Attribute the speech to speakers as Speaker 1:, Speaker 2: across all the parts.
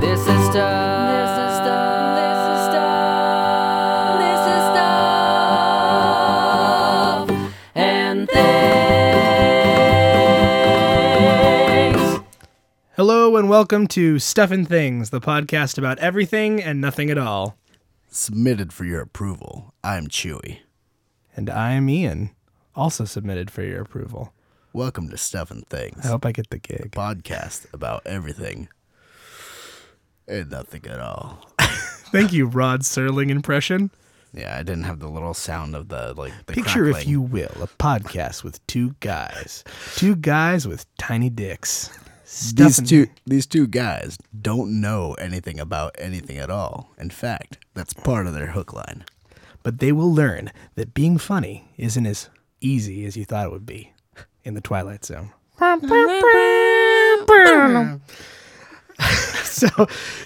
Speaker 1: This is stuff. This is stuff. This is stuff. This is stuff. And things.
Speaker 2: Hello and welcome to Stuff and Things, the podcast about everything and nothing at all.
Speaker 3: Submitted for your approval. I'm Chewy.
Speaker 2: And I am Ian, also submitted for your approval.
Speaker 3: Welcome to Stuff and Things,
Speaker 2: I hope I get the gig.
Speaker 3: podcast about everything and nothing at all.
Speaker 2: Thank you, Rod Serling impression.
Speaker 3: Yeah, I didn't have the little sound of the like the
Speaker 2: Picture, if
Speaker 3: crackling.
Speaker 2: you will, a podcast with two guys. Two guys with tiny dicks. Stuff
Speaker 3: these
Speaker 2: and-
Speaker 3: two these two guys don't know anything about anything at all. In fact, that's part of their hook line.
Speaker 2: But they will learn that being funny isn't as easy as you thought it would be in the Twilight Zone. so,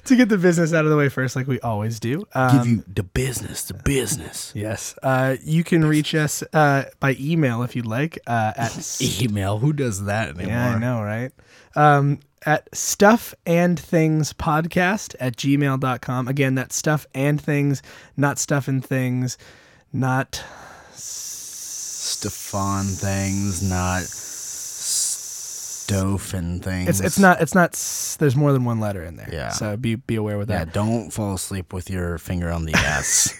Speaker 2: to get the business out of the way first, like we always do, um,
Speaker 3: Give you the business, the business.
Speaker 2: Yes. Uh, you can reach us uh, by email if you'd like uh, at.
Speaker 3: Email. Who does that anymore?
Speaker 2: yeah, I know, right? Um, at stuff and things podcast at gmail.com. Again, that's stuff and things, not stuff and things, not
Speaker 3: Stefan things, not Stofan things.
Speaker 2: it's it's not it's not s- there's more than one letter in there.
Speaker 3: Yeah.
Speaker 2: So be be aware with
Speaker 3: Yeah,
Speaker 2: that.
Speaker 3: don't fall asleep with your finger on the S.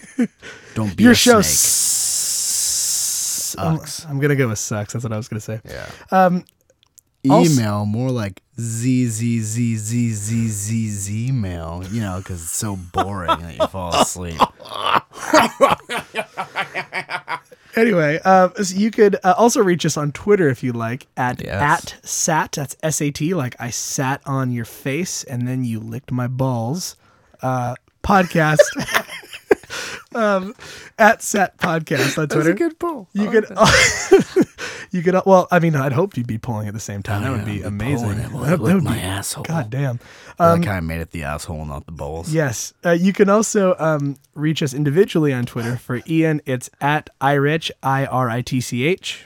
Speaker 3: don't be
Speaker 2: Your
Speaker 3: a
Speaker 2: show
Speaker 3: snake.
Speaker 2: I'm,
Speaker 3: sucks.
Speaker 2: I'm gonna go with sucks. That's what I was gonna say.
Speaker 3: Yeah.
Speaker 2: Um, also-
Speaker 3: Email more like z z z z z z z mail. You know, because it's so boring that you fall asleep.
Speaker 2: anyway, uh, so you could uh, also reach us on Twitter if you like at
Speaker 3: Yes.
Speaker 2: at sat. That's S A T. Like I sat on your face and then you licked my balls. Uh, podcast. um, at sat podcast on Twitter.
Speaker 3: good pull.
Speaker 2: you could. you could. Well, I mean, I'd hope you'd be pulling at the same time. that would be amazing.
Speaker 3: It,
Speaker 2: That- that would
Speaker 3: my
Speaker 2: be-
Speaker 3: asshole.
Speaker 2: God um, damn.
Speaker 3: I like how I made it the asshole, not the balls.
Speaker 2: Yes. Uh, you can also um, reach us individually on Twitter. For Ian, it's at irich, I R I T C H.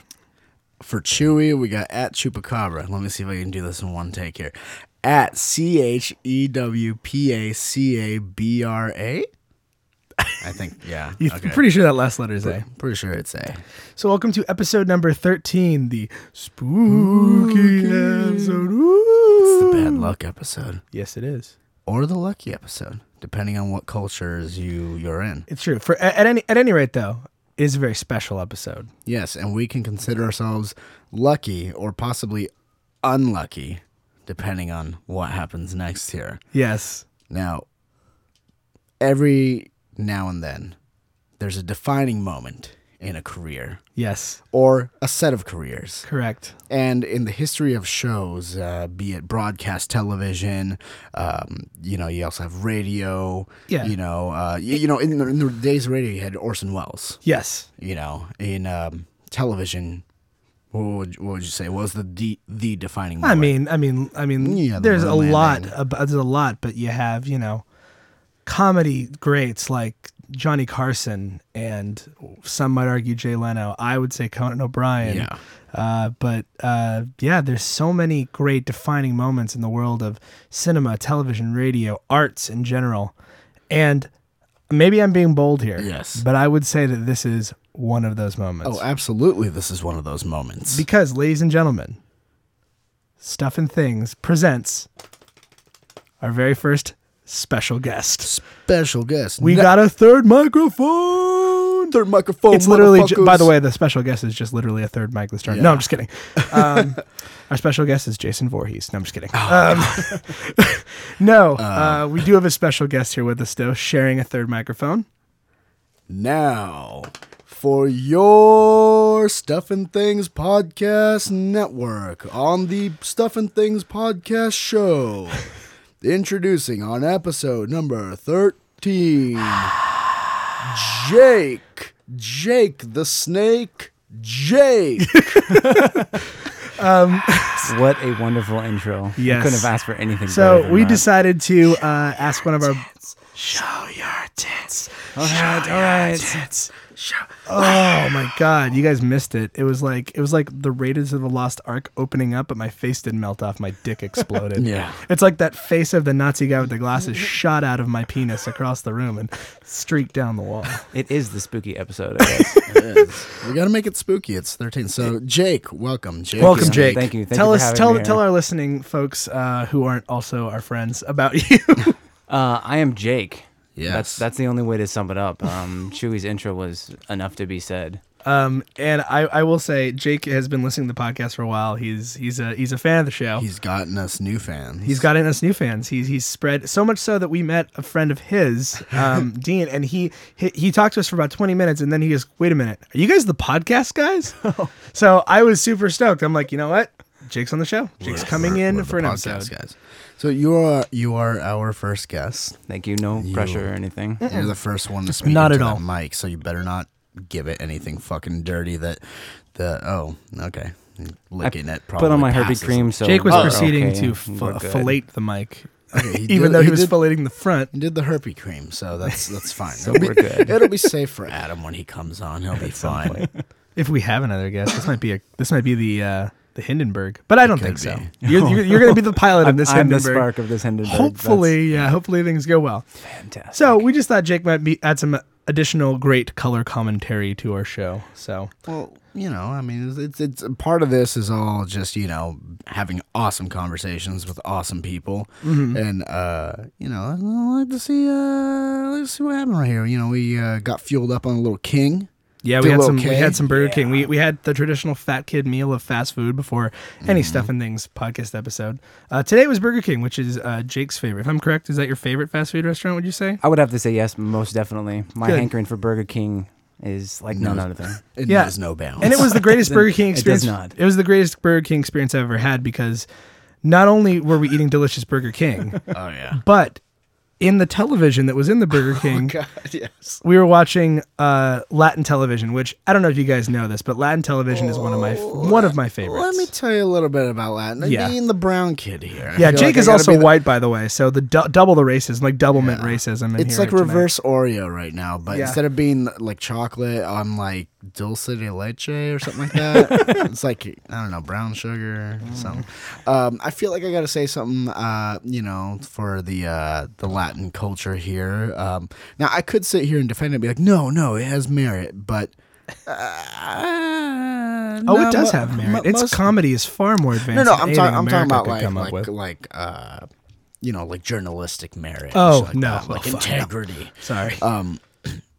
Speaker 3: For Chewy, we got at Chupacabra. Let me see if I can do this in one take here. At C H E W P A C A B R A. I think, yeah.
Speaker 2: You-
Speaker 3: okay.
Speaker 2: Pretty sure that last letter is A.
Speaker 3: Pretty sure it's A.
Speaker 2: So, welcome to episode number 13, the spooky episode. Ooh.
Speaker 3: The bad luck episode.
Speaker 2: Yes, it is.
Speaker 3: Or the lucky episode, depending on what cultures you, you're in.
Speaker 2: It's true. For at any at any rate, though, it is a very special episode.
Speaker 3: Yes, and we can consider ourselves lucky or possibly unlucky, depending on what happens next here.
Speaker 2: Yes.
Speaker 3: Now, every now and then, there's a defining moment in a career
Speaker 2: Yes.
Speaker 3: or a set of careers.
Speaker 2: Correct.
Speaker 3: And in the history of shows, uh, be it broadcast television, um, you know, you also have radio.
Speaker 2: Yeah.
Speaker 3: You know, uh, you, you know, in the, in the days of radio, you had Orson Welles.
Speaker 2: Yes.
Speaker 3: You know, in um, television, what would, what would you say was the the, the defining
Speaker 2: I
Speaker 3: moment?
Speaker 2: mean, I mean, I mean.
Speaker 3: Yeah, the
Speaker 2: there's a
Speaker 3: Merlin
Speaker 2: lot.
Speaker 3: ending.
Speaker 2: Ab- there's a lot, but you have you know, comedy greats like Johnny Carson and some might argue Jay Leno. I would say Conan O'Brien.
Speaker 3: Yeah.
Speaker 2: Uh, but uh, yeah, there's so many great defining moments in the world of cinema, television, radio, arts in general, and maybe I'm being bold here.
Speaker 3: Yes.
Speaker 2: But I would say that this is one of those moments.
Speaker 3: oh, absolutely, this is one of those moments.
Speaker 2: Because, ladies and gentlemen, Stuff and Things presents our very first special guest.
Speaker 3: Special guest.
Speaker 2: We
Speaker 3: No-
Speaker 2: got a third microphone.
Speaker 3: third microphone.
Speaker 2: It's literally, ju- by the
Speaker 3: motherfuckers.
Speaker 2: way, the special guest is just literally a third mic this turn. No, I'm just kidding. Um, our special guest is Jason Voorhees. No, I'm just kidding. Um, no, uh, we do have a special guest here with us, though, sharing a third microphone.
Speaker 3: Now, for your Stuff and Things Podcast Network on the Stuff and Things Podcast Show, Introducing on episode number 13, Jake. Jake the Snake. Jake.
Speaker 4: What a wonderful intro. You
Speaker 2: Yes.
Speaker 4: couldn't have asked for anything better
Speaker 2: So
Speaker 4: than
Speaker 2: we
Speaker 4: that.
Speaker 2: decided to uh, ask one of our.
Speaker 3: Show your tits.
Speaker 4: All right, all right.
Speaker 2: Oh my god, you guys missed it. It was like it was like the Raiders of the Lost Ark opening up, but my face didn't melt off. My dick exploded.
Speaker 3: Yeah.
Speaker 2: It's like that face of the Nazi guy with the glasses shot out of my penis across the room and streaked down the wall.
Speaker 4: It is the spooky episode, I guess.
Speaker 3: We got to make it spooky. It's 13. So, Jake, welcome. Jake.
Speaker 2: Welcome,
Speaker 3: is-
Speaker 2: Jake.
Speaker 4: Thank you. Thank
Speaker 2: tell
Speaker 4: you
Speaker 2: us,
Speaker 4: for having
Speaker 2: tell
Speaker 4: me here.
Speaker 2: tell our listening folks uh, who aren't also our friends about you.
Speaker 4: Uh, I am Jake.
Speaker 3: Yes.
Speaker 4: That's that's the only way to sum it up. Um, Chewy's intro was enough to be said.
Speaker 2: um, and I, I will say, Jake has been listening to the podcast for a while. He's he's a he's a fan of the show.
Speaker 3: He's gotten us new fans.
Speaker 2: He's gotten us new fans. He's he's spread so much so that we met a friend of his, um, Dean, and he, he he talked to us for about twenty minutes, and then he goes, "Wait a minute, are you guys the podcast guys?" so I was super stoked. I'm like, you know what, Jake's on the show. Jake's coming
Speaker 3: We're-
Speaker 2: in
Speaker 3: we're the
Speaker 2: for an
Speaker 3: podcast
Speaker 2: episode.
Speaker 3: guys. So you are you are our first guest.
Speaker 4: Thank you. No pressure or anything.
Speaker 3: You're the first one to speak
Speaker 2: Not
Speaker 3: into
Speaker 2: at
Speaker 3: that
Speaker 2: all.
Speaker 3: mic, so you better not give it anything fucking dirty that the oh okay licking it probably.
Speaker 4: Put on my Herbie
Speaker 3: passes.
Speaker 4: cream. So
Speaker 2: Jake was
Speaker 4: we're
Speaker 2: proceeding
Speaker 4: Oh, okay.
Speaker 2: to
Speaker 4: We're
Speaker 2: fil-
Speaker 4: good.
Speaker 2: fillet the mic,
Speaker 3: Okay,
Speaker 2: even though he, was
Speaker 3: did,
Speaker 2: filleting the front.
Speaker 3: he did the herpy cream, so that's that's fine.
Speaker 4: So
Speaker 3: it'll,
Speaker 4: we're
Speaker 3: be,
Speaker 4: good.
Speaker 3: it'll be safe for Adam when he comes on. He'll be fine.
Speaker 2: If we have another guest, this might be a this might be the uh, the Hindenburg, but I don't think
Speaker 3: could
Speaker 2: so.
Speaker 3: be.
Speaker 2: You're, you're, you're going to be the pilot of
Speaker 4: I'm,
Speaker 2: this
Speaker 4: I'm the
Speaker 2: Hindenburg.
Speaker 4: spark of this Hindenburg.
Speaker 2: Hopefully, yeah. Hopefully things go well.
Speaker 4: That's fantastic.
Speaker 2: So we just thought Jake might be add some additional great color commentary to our show. So
Speaker 3: Well, you know, I mean, it's, it's it's part of this is all just you know having awesome conversations with awesome people, and uh, you know, I like to see uh, let's see what happened right here. You know, we uh, got fueled up on a little king.
Speaker 2: yeah, we
Speaker 3: Feel
Speaker 2: had some we
Speaker 3: okay?
Speaker 2: had some Burger King. We we had the traditional fat kid meal of fast food before any stuff and things podcast episode. Uh, today was Burger King, which is uh, Jake's favorite. If I'm correct, is that your favorite fast food restaurant? Would you say?
Speaker 4: I would have to say yes, most definitely. My
Speaker 2: Good.
Speaker 4: hankering for Burger King is like none other than.
Speaker 3: It
Speaker 2: Yeah.
Speaker 3: knows no bounds.
Speaker 2: And it was the greatest
Speaker 4: doesn't-
Speaker 2: Burger King
Speaker 4: it does
Speaker 2: experience.
Speaker 4: not.
Speaker 2: was the greatest Burger King experience I've ever had because not only were we eating delicious Burger King,
Speaker 3: oh yeah,
Speaker 2: but in the television that was in the Burger King,
Speaker 3: Oh God yes.
Speaker 2: we were watching uh, Latin television, which I don't know if you guys know this, but Latin television is one of my one of my favorites.
Speaker 3: Oh, Let me tell you a little bit about Latin.
Speaker 2: Yeah.
Speaker 3: Being the brown kid here. I
Speaker 2: yeah,
Speaker 3: feel
Speaker 2: Jake
Speaker 3: like I
Speaker 2: is
Speaker 3: gotta
Speaker 2: also
Speaker 3: be the-
Speaker 2: white, by the way. So the du- double the racism, like double mint racism. In
Speaker 3: It's
Speaker 2: here
Speaker 3: like
Speaker 2: tonight.
Speaker 3: reverse Oreo right now, but
Speaker 2: Yeah.
Speaker 3: instead of being like chocolate, I'm like dulce de leche or something like that. it's like I don't know, brown sugar, something. Um, I feel like I gotta say something, uh, you know, for the uh, the Latin culture here. Um, now I could sit here and defend it, and be like, no, no, it has merit, but. Uh,
Speaker 2: Oh,
Speaker 3: no,
Speaker 2: it does
Speaker 3: mo-
Speaker 2: have
Speaker 3: mo-
Speaker 2: merit. Its
Speaker 3: most-
Speaker 2: comedy is far more advanced.
Speaker 3: no, no,
Speaker 2: than
Speaker 3: I'm,
Speaker 2: anything
Speaker 3: talking. I'm talking
Speaker 2: America
Speaker 3: about
Speaker 2: could
Speaker 3: like
Speaker 2: come up
Speaker 3: like,
Speaker 2: with.
Speaker 3: like uh, you know, like journalistic merit. and
Speaker 2: Oh,
Speaker 3: shit like
Speaker 2: no.
Speaker 3: that,
Speaker 2: Well,
Speaker 3: like
Speaker 2: fuck, no.
Speaker 3: integrity.
Speaker 2: Sorry.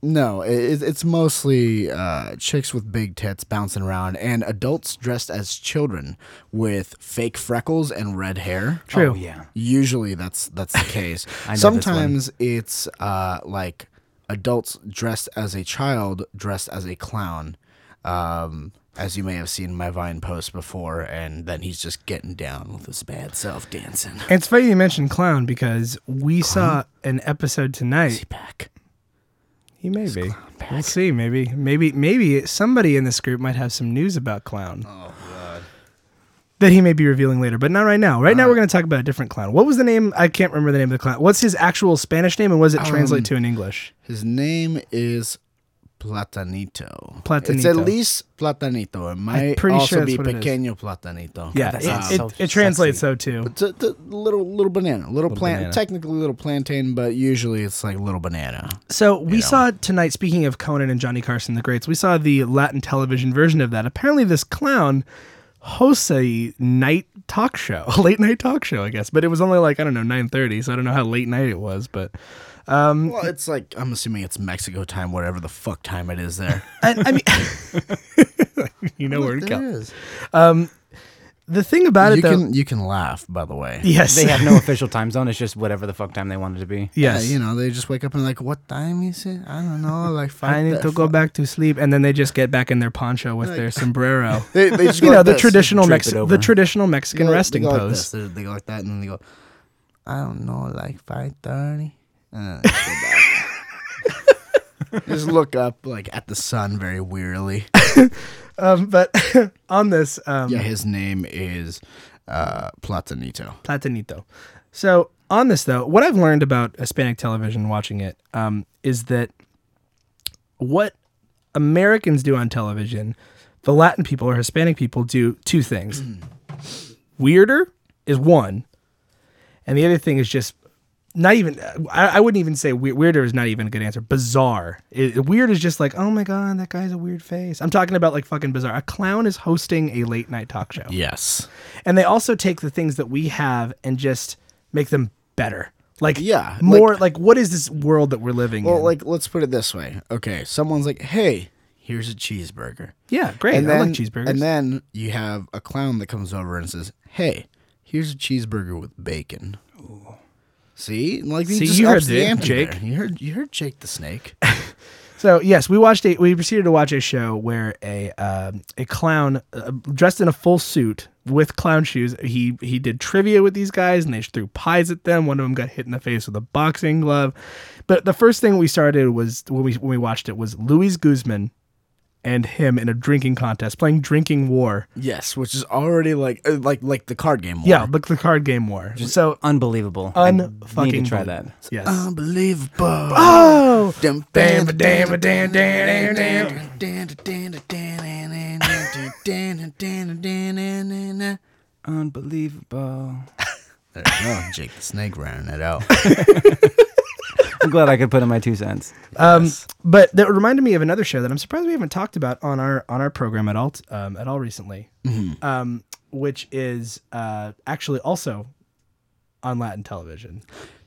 Speaker 3: No, it, it's mostly uh, chicks with big tits bouncing around and adults dressed as children with fake freckles and red hair.
Speaker 2: True.
Speaker 4: Oh, yeah.
Speaker 3: Usually that's that's the case.
Speaker 4: I know this one.
Speaker 3: Sometimes it's uh, like adults dressed as a child dressed as a clown. Um, as you may have seen in my Vine post before, and then he's just getting down with his bad self dancing.
Speaker 2: It's funny you mentioned clown because we saw an episode tonight.
Speaker 3: Back.
Speaker 2: He may be. We'll see. Maybe, maybe, maybe somebody in this group might have some news about clown. Oh god. That he may be revealing later, but not right now. Right now, we're going to talk about a different clown. What was the name? I can't remember the name of the clown. What's his actual Spanish name, and what does
Speaker 4: Um,
Speaker 2: it translate to in English?
Speaker 3: His name is Platanito. It's at
Speaker 2: Platanito.
Speaker 3: least Platanito. It might
Speaker 2: pretty
Speaker 3: also
Speaker 2: sure that's
Speaker 3: be
Speaker 2: what it is.
Speaker 3: Pequeño Platanito.
Speaker 2: Yeah,
Speaker 4: that
Speaker 2: it,
Speaker 4: sounds
Speaker 2: it,
Speaker 4: so
Speaker 2: it translates so too.
Speaker 3: It's a, the little little banana, little, plant,
Speaker 2: banana.
Speaker 3: technically little plantain, but usually it's like little banana.
Speaker 2: So we saw tonight. Speaking of Conan and Johnny Carson the Greats, we saw the Latin television version of that. Apparently, this clown hosts a night talk show, a late night talk show, I guess. But it was only like I don't know nine thirty, so I don't know how late night it was, but. Mm.
Speaker 3: Well, it's like I'm assuming it's Mexico time, whatever the fuck time it is there.
Speaker 2: I, I mean, you know where to
Speaker 3: There
Speaker 2: go.
Speaker 3: is.
Speaker 2: The thing about
Speaker 3: You
Speaker 2: it, though,
Speaker 3: can you can laugh, by the way.
Speaker 2: yes,
Speaker 4: They have no official time zone. It's just whatever the fuck time they wanted to be.
Speaker 2: yes.
Speaker 3: you know, they just wake up and like, what time is it? I don't know, like five.
Speaker 2: I need to go back to sleep, and then they just get back in their poncho with their sombrero.
Speaker 3: They, they just go
Speaker 2: you know
Speaker 3: like
Speaker 2: the
Speaker 3: this.
Speaker 2: traditional
Speaker 4: drape it
Speaker 2: Mexican,
Speaker 4: over.
Speaker 2: the traditional Mexican
Speaker 3: They go-
Speaker 2: resting
Speaker 3: they go like
Speaker 2: pose.
Speaker 3: this. They, they go like that, and then they go. I don't know, like five thirty. And then I go back. Just look up like at the sun very wearily.
Speaker 2: Um, but on this, um,
Speaker 3: Yeah, his name is uh, Platanito.
Speaker 2: Platanito. So on this though, what I've learned about Hispanic television watching it um, is that what Americans do on television, the Latin people or Hispanic people do two things. Weirder is one, and the other thing is just not even. I, I wouldn't even say weir- weirder is not even a good answer. Bizarre. It- weird is just like, oh my god, that guy's a weird face. I'm talking about like fucking bizarre. A clown is hosting a late night talk show.
Speaker 3: Yes.
Speaker 2: And they also take the things that we have and just make them better. Like
Speaker 3: Yeah,
Speaker 2: more like, what is this world that we're living
Speaker 3: Well,
Speaker 2: in?
Speaker 3: like let's put it this way. Okay, someone's like, "Hey, here's a cheeseburger."
Speaker 2: yeah, great. I like cheeseburgers.
Speaker 3: And then you have a clown that comes over and says, "Hey, here's a cheeseburger with bacon." See, like he
Speaker 2: See,
Speaker 3: just
Speaker 2: you heard
Speaker 3: ups the
Speaker 2: it,
Speaker 3: ante
Speaker 2: Jake.
Speaker 3: there. You heard, you heard Jake the Snake.
Speaker 2: so yes, we watched a we proceeded to watch a show where a um a clown uh, dressed in a full suit with clown shoes. He he did trivia with these guys and they threw pies at them. One of them got hit in the face with a boxing glove. But the first thing we started was when we when we watched it was Luis Guzman and him in a drinking contest playing drinking war.
Speaker 3: yes, which is already like uh, like like the card game. War.
Speaker 2: Yeah, look the card game war. so
Speaker 4: Unbelievable. I
Speaker 2: unfucking
Speaker 4: need to try that.
Speaker 2: Yes.
Speaker 3: unbelievable.
Speaker 2: oh.
Speaker 3: Dum-
Speaker 2: Damn, damn, damn, damn, damn.
Speaker 4: Unbelievable.
Speaker 3: There you go, Jake the Snake rounding it out.
Speaker 4: I'm glad I could put in my two cents.
Speaker 2: Um, but that reminded me of another show that I'm surprised we haven't talked about on our on our program at all t- um, at all recently, um, which is uh, actually also on Latin television.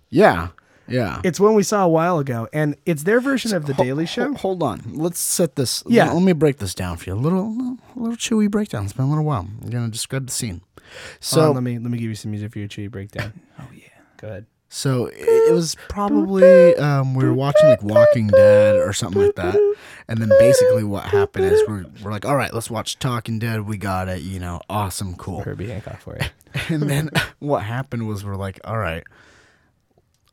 Speaker 3: Yeah, yeah.
Speaker 2: It's one we saw a while ago, and it's their version of The Daily Show.
Speaker 3: Ho- Hold on. Let's set this.
Speaker 2: Yeah.
Speaker 3: Let me break this down for you. A little, a little chewy breakdown. It's been a little while. I'm gonna describe the scene.
Speaker 2: Hold
Speaker 3: So,
Speaker 2: on, let me let me give you some music for your chewy breakdown. oh yeah, go ahead.
Speaker 3: so it, it was probably um, we were watching like Walking Dead or something like that, and then basically what happened is we're we're like, all right, let's watch Talking Dead. We got it. You know, awesome, cool.
Speaker 2: Herbie Hancock for it.
Speaker 3: and then what happened was we're like, all right,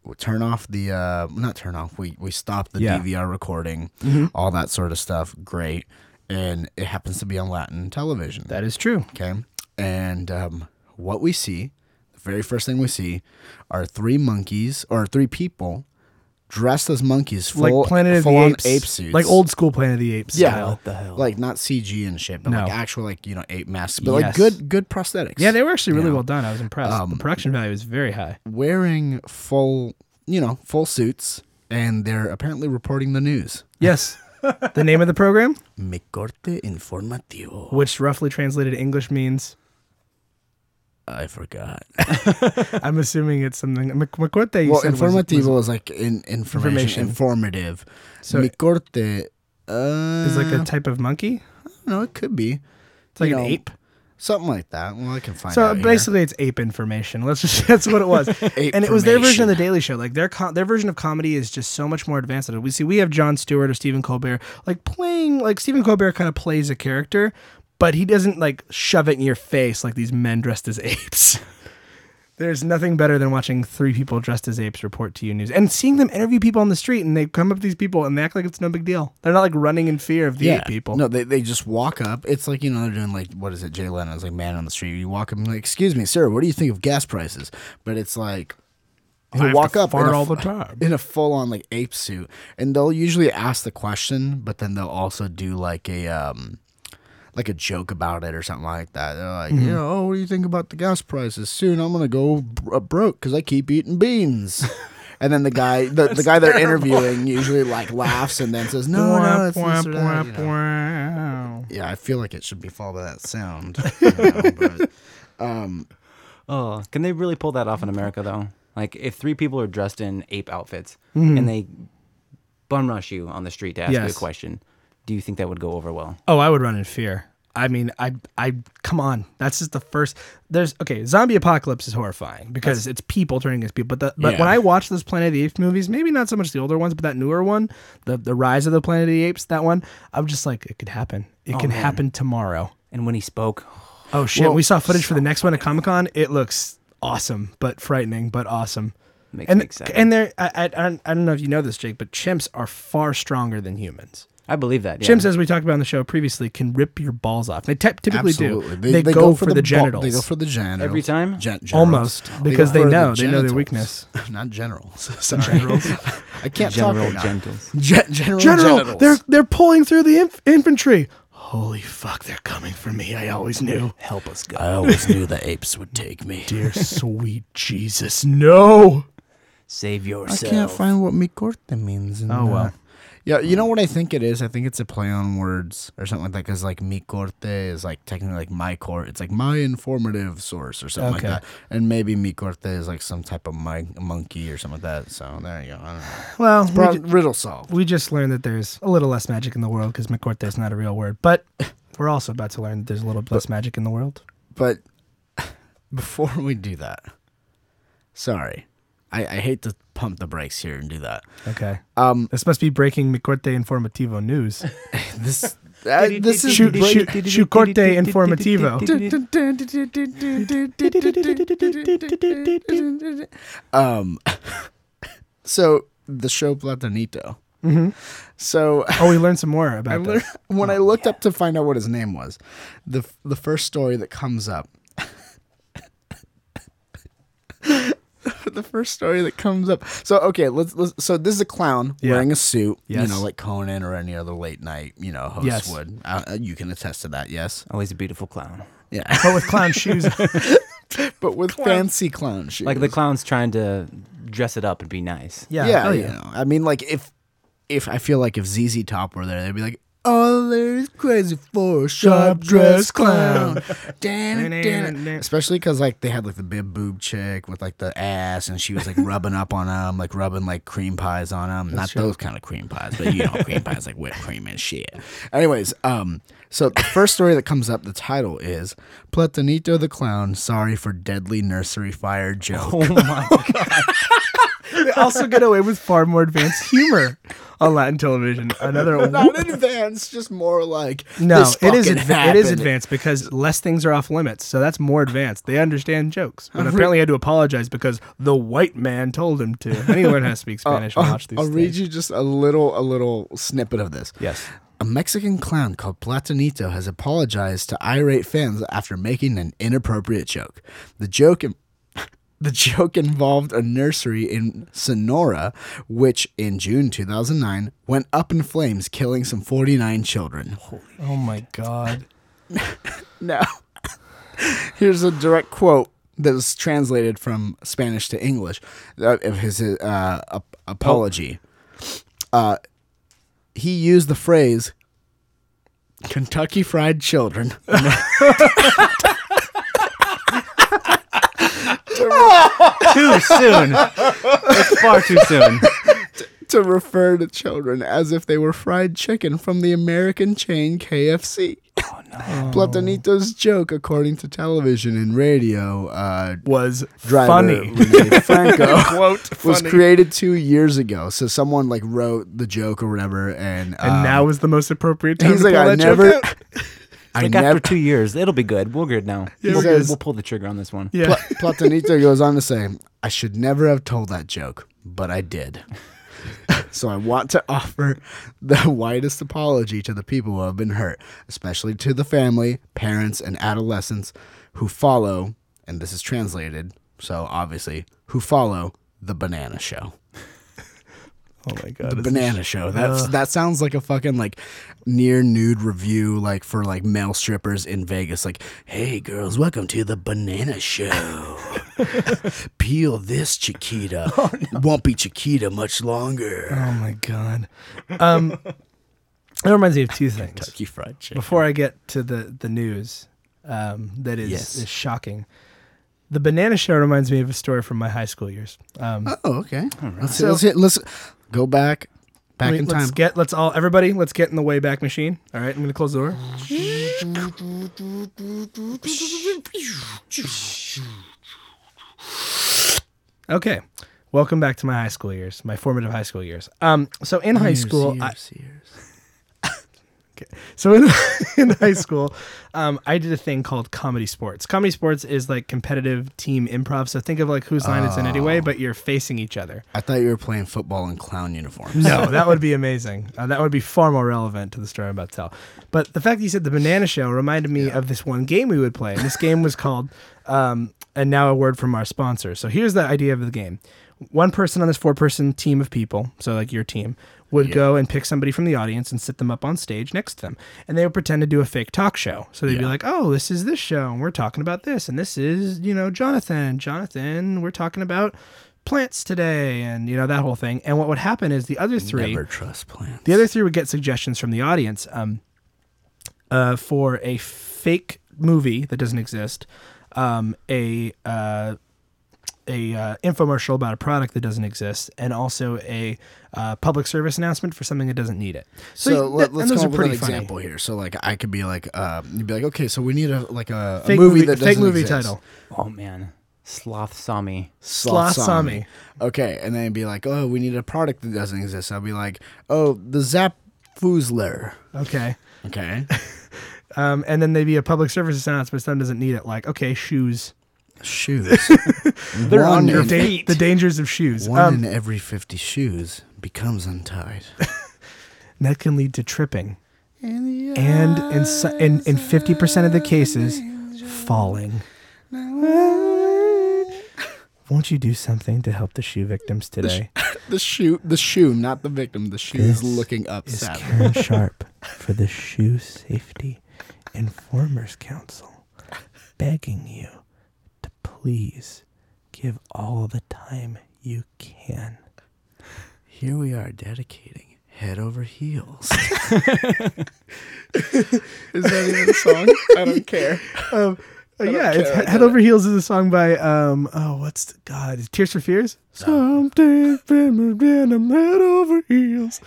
Speaker 3: we turn off the uh, not turn off. We we stop the
Speaker 2: Yeah. Mm-hmm.
Speaker 3: DVR recording, all that sort of stuff. Great, and it happens to be on Latin television.
Speaker 2: that is true.
Speaker 3: okay, and um, what we see, the very first thing we see, are three monkeys or three people dressed as monkeys, full,
Speaker 2: like Planet of the
Speaker 3: full-on
Speaker 2: Apes,
Speaker 3: ape suits,
Speaker 2: like old school Planet of the Apes.
Speaker 3: Yeah.
Speaker 2: style.
Speaker 4: the hell?
Speaker 3: Like not CG and shit, but
Speaker 2: No.
Speaker 3: like actual like you know ape masks, but
Speaker 2: Yes.
Speaker 3: like good good prosthetics.
Speaker 2: Yeah, they were actually really well done. I was impressed. the
Speaker 3: Um,
Speaker 2: production value is very high.
Speaker 3: wearing full, you know, full suits, and they're apparently reporting the news.
Speaker 2: Yes. the name of the program,
Speaker 3: Me corte informativo.
Speaker 2: which roughly translated to English means,
Speaker 3: I forgot.
Speaker 2: I'm assuming it's something. Mc- Mcorte you
Speaker 3: Well,
Speaker 2: said was- was-
Speaker 3: informativo is like in, information,
Speaker 2: Information.
Speaker 3: informative.
Speaker 2: So-
Speaker 3: So Me corte. Uh,
Speaker 2: is like a type of monkey.
Speaker 3: no, it could be
Speaker 2: It's like
Speaker 3: you
Speaker 2: an
Speaker 3: know,
Speaker 2: ape.
Speaker 3: something like that. Well, I can find
Speaker 2: So
Speaker 3: out. here.
Speaker 2: basically, it's ape information. Let's just that's what it was. and it was their version of the Daily Show. Like their com- their version of comedy is just so much more advanced. than it. We see we have John Stewart or Stephen Colbert like playing like Stephen Colbert kind of plays a character, but he doesn't like shove it in your face like these men dressed as apes. There's nothing better than watching three people dressed as apes report to you news and seeing them interview people on the street and they come up to these people and they act like it's no big deal. They're not like running in fear of the ape people.
Speaker 3: No, they, they just walk up. It's like, you know, they're doing like, what is it, Jay Leno's like man on the street. You walk up and like, excuse me, sir, what do you think of gas prices? But it's like,
Speaker 2: I
Speaker 3: he'll
Speaker 2: have
Speaker 3: walk
Speaker 2: to
Speaker 3: up in
Speaker 2: fart
Speaker 3: a,
Speaker 2: all the
Speaker 3: fu-
Speaker 2: time.
Speaker 3: in a full on like ape suit. And they'll usually ask the question, but then they'll also do like a, um, like a joke about it or something like that. They're like,
Speaker 2: Mm-hmm.
Speaker 3: you know, oh, what do you think about the gas prices? Soon I'm gonna go bro- broke because I keep eating beans. And then the guy, the, the guy they're interviewing, usually like laughs and then says, "No, no, it's this or that," you know. Yeah, I feel like it should be followed by that sound. you know, but-
Speaker 4: Oh, can they really pull that off in America though? Like, if three people are dressed in ape outfits and they bum rush you on the street to ask you
Speaker 2: Yes.
Speaker 4: a question, do you think that would go over well?
Speaker 2: Oh, I would run in fear. I mean, I, I, come on. That's just the first. There's okay. Zombie apocalypse is horrifying because it's people turning against people. But the, but when
Speaker 3: Yeah.
Speaker 2: I watch those Planet of the Apes movies, maybe not so much the older ones, but that newer one, the the Rise of the Planet of the Apes, that one, I'm just like, it could happen.
Speaker 4: Oh,
Speaker 2: It can happen tomorrow.
Speaker 4: And when he spoke,
Speaker 2: Oh shit! we saw footage for the next one at Comic Con. It looks awesome, but frightening, but awesome.
Speaker 4: Makes
Speaker 2: and
Speaker 4: me excited.
Speaker 2: and they're I, I I don't- I don't know if you know this, Jake, but chimps are far stronger than humans.
Speaker 4: I believe that. Yeah.
Speaker 2: Chimps, as we talked about on the show previously, can rip your balls off. They typ- typically
Speaker 3: Absolutely.
Speaker 2: do. They, go, for, the,
Speaker 3: bu-
Speaker 2: genitals.
Speaker 3: They go for the genitals.
Speaker 4: Every time?
Speaker 3: Gen- genitals.
Speaker 2: Almost, because
Speaker 3: go
Speaker 2: they
Speaker 3: for the
Speaker 2: know- they know their
Speaker 3: genitals.
Speaker 2: weakness.
Speaker 3: Not generals. Sorry. Generals. I can't
Speaker 4: General
Speaker 3: talk right
Speaker 4: gentles.
Speaker 3: now. Gen- general
Speaker 2: General,
Speaker 3: genitals.
Speaker 2: they're they're pulling through the inf- infantry. Holy fuck, they're coming for me. I always knew.
Speaker 3: Help us, God. I always knew the apes would take me.
Speaker 2: Dear sweet Jesus, no.
Speaker 4: Save
Speaker 3: I
Speaker 4: yourself.
Speaker 3: can't find what mi corte means. In
Speaker 2: Oh,
Speaker 3: the-
Speaker 2: well.
Speaker 3: Yeah, you know what I think it is? I think it's a play on words or something like that. Because like mi corte is like technically like my court. It's like my informative source or something
Speaker 2: Okay.
Speaker 3: like that. And maybe mi corte is like some type of mon- monkey or something like that. So there you go. I don't know.
Speaker 2: Well, we
Speaker 3: Prob-
Speaker 2: ju-
Speaker 3: riddle solved.
Speaker 2: we just learned that there's a little less magic in the world because McCourte is not a real word. But we're also about to learn that there's a little less magic in the world.
Speaker 3: But before we do that, sorry, I, I hate to pump the brakes here and do that.
Speaker 2: Okay.
Speaker 3: Um,
Speaker 2: This must be breaking McCourte informativo news.
Speaker 3: this uh, this is
Speaker 2: Shoot, shoot, shoot, corte informativo. Oh,
Speaker 3: um, so the show Platanito. So
Speaker 2: Oh, we learned some more about
Speaker 3: I
Speaker 2: this.
Speaker 3: learned, when I looked up to find out what his name was, the f- the first story that comes up, the first story that comes up. So okay, let's, let's so this is a clown
Speaker 2: Yeah.
Speaker 3: wearing a suit, you
Speaker 2: Yes.
Speaker 3: know, like Conan or any other late night, you know, host
Speaker 2: Yes.
Speaker 3: would. Uh, you can attest to that, yes,
Speaker 4: Always Oh, a beautiful clown.
Speaker 3: yeah,
Speaker 2: but with clown shoes.
Speaker 3: but with fancy clown shoes,
Speaker 4: Like the clown's trying to dress it up and be nice.
Speaker 2: Yeah.
Speaker 3: yeah,
Speaker 2: hell
Speaker 3: you know. I mean, like if if I feel like if ZZ Top were there, they'd be like, "Oh, there's crazy for a sharp dressed clown." Dan it, dan it. Especially because like they had like the big boob chick with like the ass, and she was like rubbing up on him, like rubbing like cream pies on him. Not those kind of cream pies, but you know, cream pies like whipped cream and shit. Anyways, um, so the first story that comes up, the title is Platanito the clown. Sorry for deadly nursery fire joke.
Speaker 4: Oh my
Speaker 2: They also get away with far more advanced humor on Latin television. Another
Speaker 3: not advanced, just more like
Speaker 2: no,
Speaker 3: this
Speaker 2: it is
Speaker 3: fucking
Speaker 2: adva- it is
Speaker 3: happened.
Speaker 2: advanced because less things are off limits, so that's more advanced. They understand jokes, but apparently had to apologize because the white man told him to. Anyone has to speak Spanish and watch these
Speaker 3: Uh, I'll read
Speaker 2: things.
Speaker 3: you just a little, a little snippet of this.
Speaker 2: Yes.
Speaker 3: A Mexican clown called Platanito has apologized to irate fans after making an inappropriate joke. The joke. Im- the joke involved a nursery in Sonora, which in June 2009 went up in flames, killing some 49 children.
Speaker 2: Oh my god.
Speaker 3: No. Here's a direct quote that was translated from Spanish to English uh, of his uh, ap- apology. Uh, he used the phrase Kentucky Fried Children.
Speaker 4: too soon. It's far too soon.
Speaker 3: to refer to children as if they were fried chicken from the American chain KFC. Platanito's joke, according to television and radio, uh,
Speaker 2: Was
Speaker 3: driver
Speaker 2: funny.
Speaker 3: Rene Franco
Speaker 2: Quote
Speaker 3: was
Speaker 2: funny.
Speaker 3: created two years ago. So someone like wrote the joke or whatever, and,
Speaker 2: and
Speaker 3: um,
Speaker 2: now is the most appropriate time
Speaker 3: he's
Speaker 2: to
Speaker 3: like,
Speaker 2: pull
Speaker 3: I
Speaker 2: that joke
Speaker 3: never,
Speaker 2: out.
Speaker 3: I
Speaker 4: Like
Speaker 3: never.
Speaker 4: after two years, it'll be good. We're good now.
Speaker 3: Yeah,
Speaker 4: we're
Speaker 3: we're
Speaker 4: good.
Speaker 3: good.
Speaker 4: We'll pull the trigger on this one.
Speaker 2: Yeah.
Speaker 3: Pla- Platanito goes on to say, "I should never have told that joke, but I did." So I want to offer the widest apology to the people who have been hurt, especially to the family, parents, and adolescents who follow, and this is translated, so obviously, who follow the banana show.
Speaker 2: oh my god.
Speaker 3: the
Speaker 2: this is-
Speaker 3: banana show. That's that sounds like a fucking like near nude review like for like male strippers in Vegas. Like, hey girls, welcome to the banana show. Peel this Chiquita. Won't be Chiquita much longer.
Speaker 2: Oh my god. Um, it reminds me of two things.
Speaker 3: Kentucky Fried Chicken.
Speaker 2: before I get to the the news um, that is,
Speaker 3: Yes.
Speaker 2: is shocking, the banana show reminds me of a story from my high school years. Um,
Speaker 3: Oh, okay. Let's, let's hit. Let's go back, back
Speaker 2: let-
Speaker 3: in
Speaker 2: let's
Speaker 3: time.
Speaker 2: get let's all everybody let's get in the way back machine. All right, I'm gonna close the door. Okay, welcome back to my high school years, my formative high school years. Um, so in high school, I, like it. So in, in high school, um, I did a thing called comedy sports. Comedy sports is like competitive team improv. So think of like whose line it's in anyway,
Speaker 3: Ah.
Speaker 2: but you're facing each other.
Speaker 3: I thought you were playing football in clown uniforms.
Speaker 2: No, that would be amazing. Uh, that would be far more relevant to the story I'm about to tell. But the fact that you said the banana shell reminded me of this one game we would play. And this game was called um, And Now a Word from Our Sponsor. So here's the idea of the game one person on this four person team of people, so like your team, would go and pick somebody from the audience and sit them up on stage next to them. And they would pretend to do a fake talk show. So they'd be
Speaker 3: Yeah.
Speaker 2: like, oh, this is this show, and we're talking about this, and this is, you know, Jonathan. Jonathan, we're talking about plants today, and, you know, that whole thing. And what would happen is the other three.
Speaker 3: Never trust plants.
Speaker 2: The other three would get suggestions from the audience um, uh, for a fake movie that doesn't exist, um, a uh, a uh, infomercial about a product that doesn't exist, and also a uh, public service announcement for something that doesn't need it.
Speaker 3: So let,
Speaker 2: that- and
Speaker 3: us
Speaker 2: those
Speaker 3: go
Speaker 2: are
Speaker 3: with an
Speaker 2: pretty funny.
Speaker 3: example here. So like I could be like, uh, you'd be like, okay, so we need a like a, a
Speaker 2: Fake
Speaker 3: movie,
Speaker 2: movie,
Speaker 3: that
Speaker 2: fake
Speaker 3: doesn't
Speaker 2: movie
Speaker 3: exist.
Speaker 2: title.
Speaker 4: Oh man, sloth saw me.
Speaker 2: Sloth Sami.
Speaker 3: Okay, and then it'd be like, oh, we need a product that doesn't exist. I'll be like, oh, the Zap Foozler.
Speaker 2: Okay.
Speaker 3: Okay,
Speaker 2: Um, and then they'd be a public service announcement, something doesn't need it. Like, okay, shoes.
Speaker 3: shoes.
Speaker 4: They're on
Speaker 3: One
Speaker 4: your
Speaker 3: in-
Speaker 2: Da-
Speaker 4: feet.
Speaker 2: the dangers of shoes.
Speaker 3: One
Speaker 2: Um,
Speaker 3: in every fifty shoes becomes untied.
Speaker 2: that can lead to tripping.
Speaker 3: and the
Speaker 2: and in so- in in fifty percent of the cases,
Speaker 3: Mm-hmm.
Speaker 2: falling. Won't you do something to help the shoe victims today?
Speaker 3: the shoe, the shoe, not the victim. The shoe is
Speaker 2: This
Speaker 3: looking up.
Speaker 2: Is
Speaker 3: Sadly.
Speaker 2: Karen Sharp for the Shoe Safety Informers Council begging you to please give all the time you can?
Speaker 3: Here we are dedicating head over heels. Is that even a song? I don't care.
Speaker 2: Um, uh, yeah, it's
Speaker 3: care, I
Speaker 2: Head
Speaker 3: love
Speaker 2: Over Heels is a song by um oh what's God is Tears for Fears. Something firmer than I'm head over heels.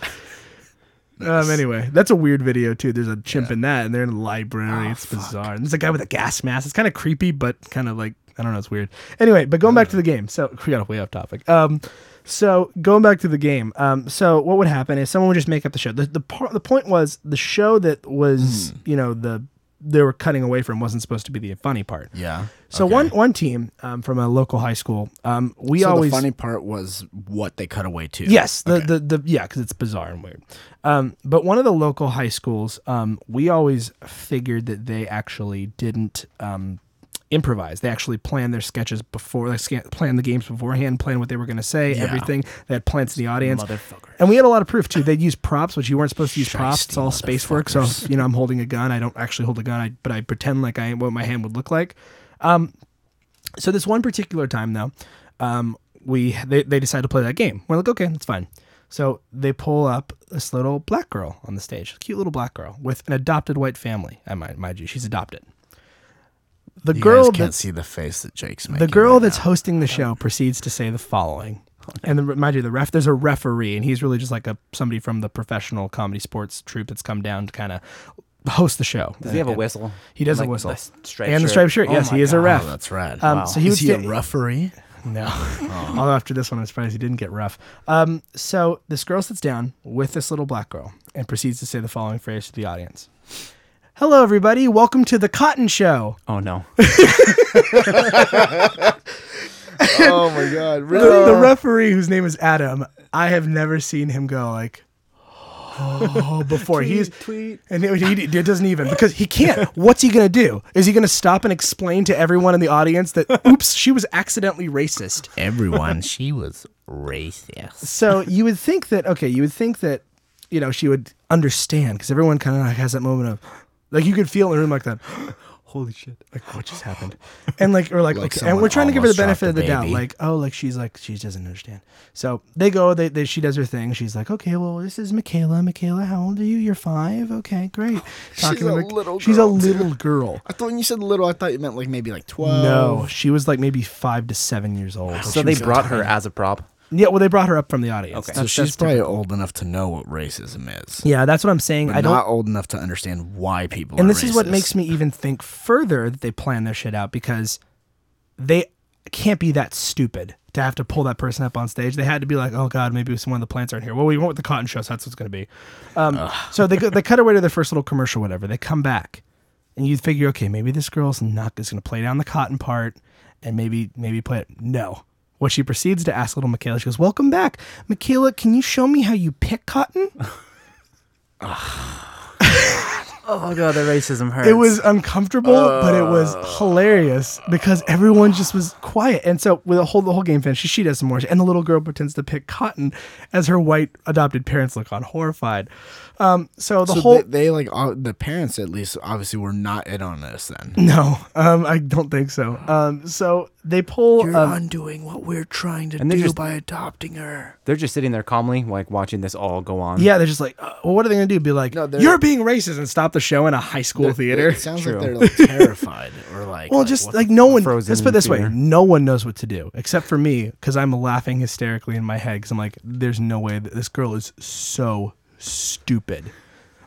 Speaker 2: Um. Anyway, that's a weird video too. There's a chimp in that, and they're in a
Speaker 3: Oh,
Speaker 2: library. it's bizarre. And there's a guy with a gas mask. It's kind of creepy, but kind of like I don't know. It's weird. Anyway, but going back to the game. So we got way off topic. Um. So going back to the game. Um. So what would happen is someone would just make up the show. The the part the point was the show that was
Speaker 3: Hmm.
Speaker 2: you know the they were cutting away from wasn't supposed to be the funny part.
Speaker 3: Yeah.
Speaker 2: So one one team um, from a local high school. Um. We
Speaker 3: So
Speaker 2: always
Speaker 3: the funny part was what they cut away to.
Speaker 2: Yes, the, the the yeah, because it's bizarre and weird. Um, but one of the local high schools, um, we always figured that they actually didn't um, improvise. They actually planned their sketches before, they sca- planned the games beforehand, planned what they were going to say, everything. They had plants in the audience,
Speaker 4: Motherfuckers.
Speaker 2: and we had a lot of proof too. They'd use props, which you weren't supposed to use props.
Speaker 3: Shiesty
Speaker 2: It's all space work. So you know, I'm holding a gun. I don't actually hold a gun, I, but I pretend like I what my hand would look like. Um, So this one particular time though, um, we they, they decide to play that game. We're like, okay, that's fine. So they pull up this little black girl on the stage, cute little black girl with an adopted white family. I mind, mind you, she's adopted. The
Speaker 3: You
Speaker 2: girl
Speaker 3: guys
Speaker 2: that
Speaker 3: can't see the face that Jake's making.
Speaker 2: the girl
Speaker 3: right
Speaker 2: that's hosting the show proceeds to say the following. And the, mind you, the ref, there's a referee, and he's really just like a somebody from the professional comedy sports troupe that's come down to kind of host the show.
Speaker 4: Does he have a whistle?
Speaker 2: He does
Speaker 4: Like
Speaker 2: a whistle.
Speaker 4: the striped
Speaker 2: and the striped
Speaker 4: shirt.
Speaker 2: shirt.
Speaker 4: Oh
Speaker 2: yes,
Speaker 4: my
Speaker 2: he is a
Speaker 4: God.
Speaker 2: ref.
Speaker 3: now. Oh, that's rad.
Speaker 2: Um, So he
Speaker 3: Is
Speaker 2: was
Speaker 3: he a referee?
Speaker 2: No.
Speaker 4: Oh.
Speaker 2: Although after this one, I'm surprised he didn't get rough. Um, so this girl sits down with this little black girl and proceeds to say the following phrase to the audience. Hello, everybody. Welcome to the Cotton Show.
Speaker 4: Oh no.
Speaker 3: oh my god!
Speaker 2: The,
Speaker 4: Uh.
Speaker 2: the referee, whose name is Adam, I have never seen him go like, oh, before. He's
Speaker 4: tweet.
Speaker 2: and it, he, it doesn't even because he can't. What's he gonna do? Is he gonna stop and explain to everyone in the audience that, oops, she was accidentally racist?
Speaker 3: Everyone, she was racist.
Speaker 2: so you would think that okay, you would think that you know she would understand because everyone kind of like has that moment of like you could feel in the room like that
Speaker 4: Holy shit.
Speaker 2: like what just happened and like or like,
Speaker 3: Like
Speaker 2: okay, and we're
Speaker 3: someone
Speaker 2: trying to give her the
Speaker 3: almost dropped
Speaker 2: benefit of the
Speaker 3: the
Speaker 2: doubt
Speaker 3: baby.
Speaker 2: like oh like she's like she doesn't understand so they go they, they she does her thing she's like okay well this is michaela michaela how old are you you're five okay great Talking to
Speaker 3: a
Speaker 2: Mik-
Speaker 3: little
Speaker 2: she's a
Speaker 3: girl, too.
Speaker 2: little girl
Speaker 3: I thought when you said little, I thought you meant like maybe like twelve.
Speaker 2: no she was like maybe five to seven years old
Speaker 4: So they brought her as a prop.
Speaker 2: yeah well they brought her up from the audience
Speaker 4: Okay.
Speaker 3: So she's probably old enough to know what racism is.
Speaker 2: yeah that's what i'm saying i
Speaker 3: But
Speaker 2: don't
Speaker 3: not old enough to understand why people.
Speaker 2: and
Speaker 3: are
Speaker 2: this is what
Speaker 3: racist.
Speaker 2: makes me even think further that they plan their shit out because they can't be that stupid to have to pull that person up on stage. They had to be like, oh god, maybe some of the plants aren't here. Well, we went with the cotton show, so that's what's going to be. Um, so they go- they cut away to their first little commercial, whatever. They come back, and you figure, okay, maybe this girl's not is going to play down the cotton part, and maybe maybe play it. No. What she proceeds to ask little Michaela, she goes, "Welcome back, Michaela. Can you show me how you pick cotton?"
Speaker 4: Oh god, the racism hurts.
Speaker 2: It was uncomfortable, but it was
Speaker 3: Oh.
Speaker 2: hilarious because everyone just was quiet. And so with the whole the whole game finished, she, she does some more, and the little girl pretends to pick cotton as her white adopted parents look on horrified. Um, so the
Speaker 3: So
Speaker 2: whole
Speaker 3: they, they like uh, the parents at least obviously were not in on this then.
Speaker 2: no, um, I don't think so. Um, so they pull.
Speaker 3: You're
Speaker 2: um,
Speaker 3: undoing what we're trying to
Speaker 4: And they're
Speaker 3: do
Speaker 4: just-
Speaker 3: by adopting her.
Speaker 4: They're just sitting there calmly, like watching this all go on.
Speaker 2: yeah, they're just like, uh, well, what are they gonna do? Be like,
Speaker 3: No, they're-
Speaker 2: you're being racist and stop the show in a high school theater.
Speaker 3: It sounds
Speaker 4: True.
Speaker 3: like they're like terrified or like.
Speaker 2: Well,
Speaker 3: like,
Speaker 2: just
Speaker 3: what
Speaker 2: like no one.
Speaker 4: frozen
Speaker 2: Let's put it this way:
Speaker 4: fear.
Speaker 2: no one knows what to do except for me because I'm laughing hysterically in my head because I'm like, "There's no way that this girl is so stupid."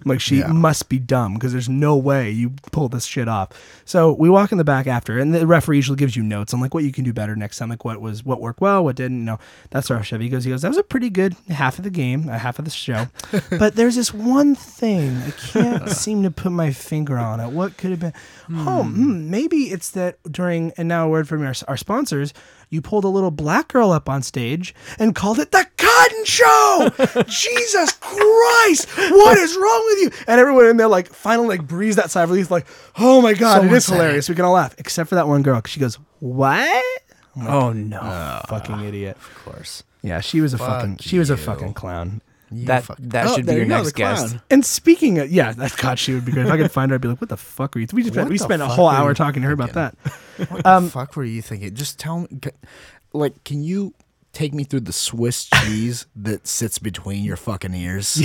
Speaker 2: I'm like, she
Speaker 3: Yeah.
Speaker 2: must be dumb because there's no way you pull this shit off. So we walk in the back after, and the referee usually gives you notes on like what you can do better next time, like what was what worked well, what didn't. You know, that's our Chevy. He goes, he goes, that was a pretty good half of the game, uh, half of the show, but there's this one thing I can't seem to put my finger on it. What could have been? Oh, mm, maybe it's that during and now a word from our, our sponsors. You pulled a little black girl up on stage and called it the Cotton Show. Jesus Christ, what is wrong with you? And everyone in there like finally like breathes that sigh of relief, like, oh my god, it
Speaker 3: Someone
Speaker 2: is
Speaker 3: said
Speaker 2: hilarious. We can all laugh, except for that one girl. 'cause She goes, what? I'm like, oh no, fucking idiot.
Speaker 3: Ah, Of course.
Speaker 2: Yeah, she was a fucking
Speaker 3: Fuck
Speaker 2: she was a
Speaker 3: you.
Speaker 2: fucking clown.
Speaker 4: that that
Speaker 3: Oh,
Speaker 4: should be
Speaker 3: there
Speaker 4: your
Speaker 3: you go,
Speaker 4: next
Speaker 3: the clown.
Speaker 4: guest.
Speaker 2: And speaking of yeah, that God, she would be great. If I could find her, I'd be like, what the fuck were you? We just spent,
Speaker 3: What
Speaker 2: we
Speaker 3: the
Speaker 2: spent a
Speaker 3: fuck
Speaker 2: whole
Speaker 3: were you
Speaker 2: hour talking to her about that.
Speaker 3: thinking? What
Speaker 2: Um,
Speaker 3: the fuck were you thinking? Just tell me, c- like, can you take me through the Swiss cheese that sits between your fucking ears?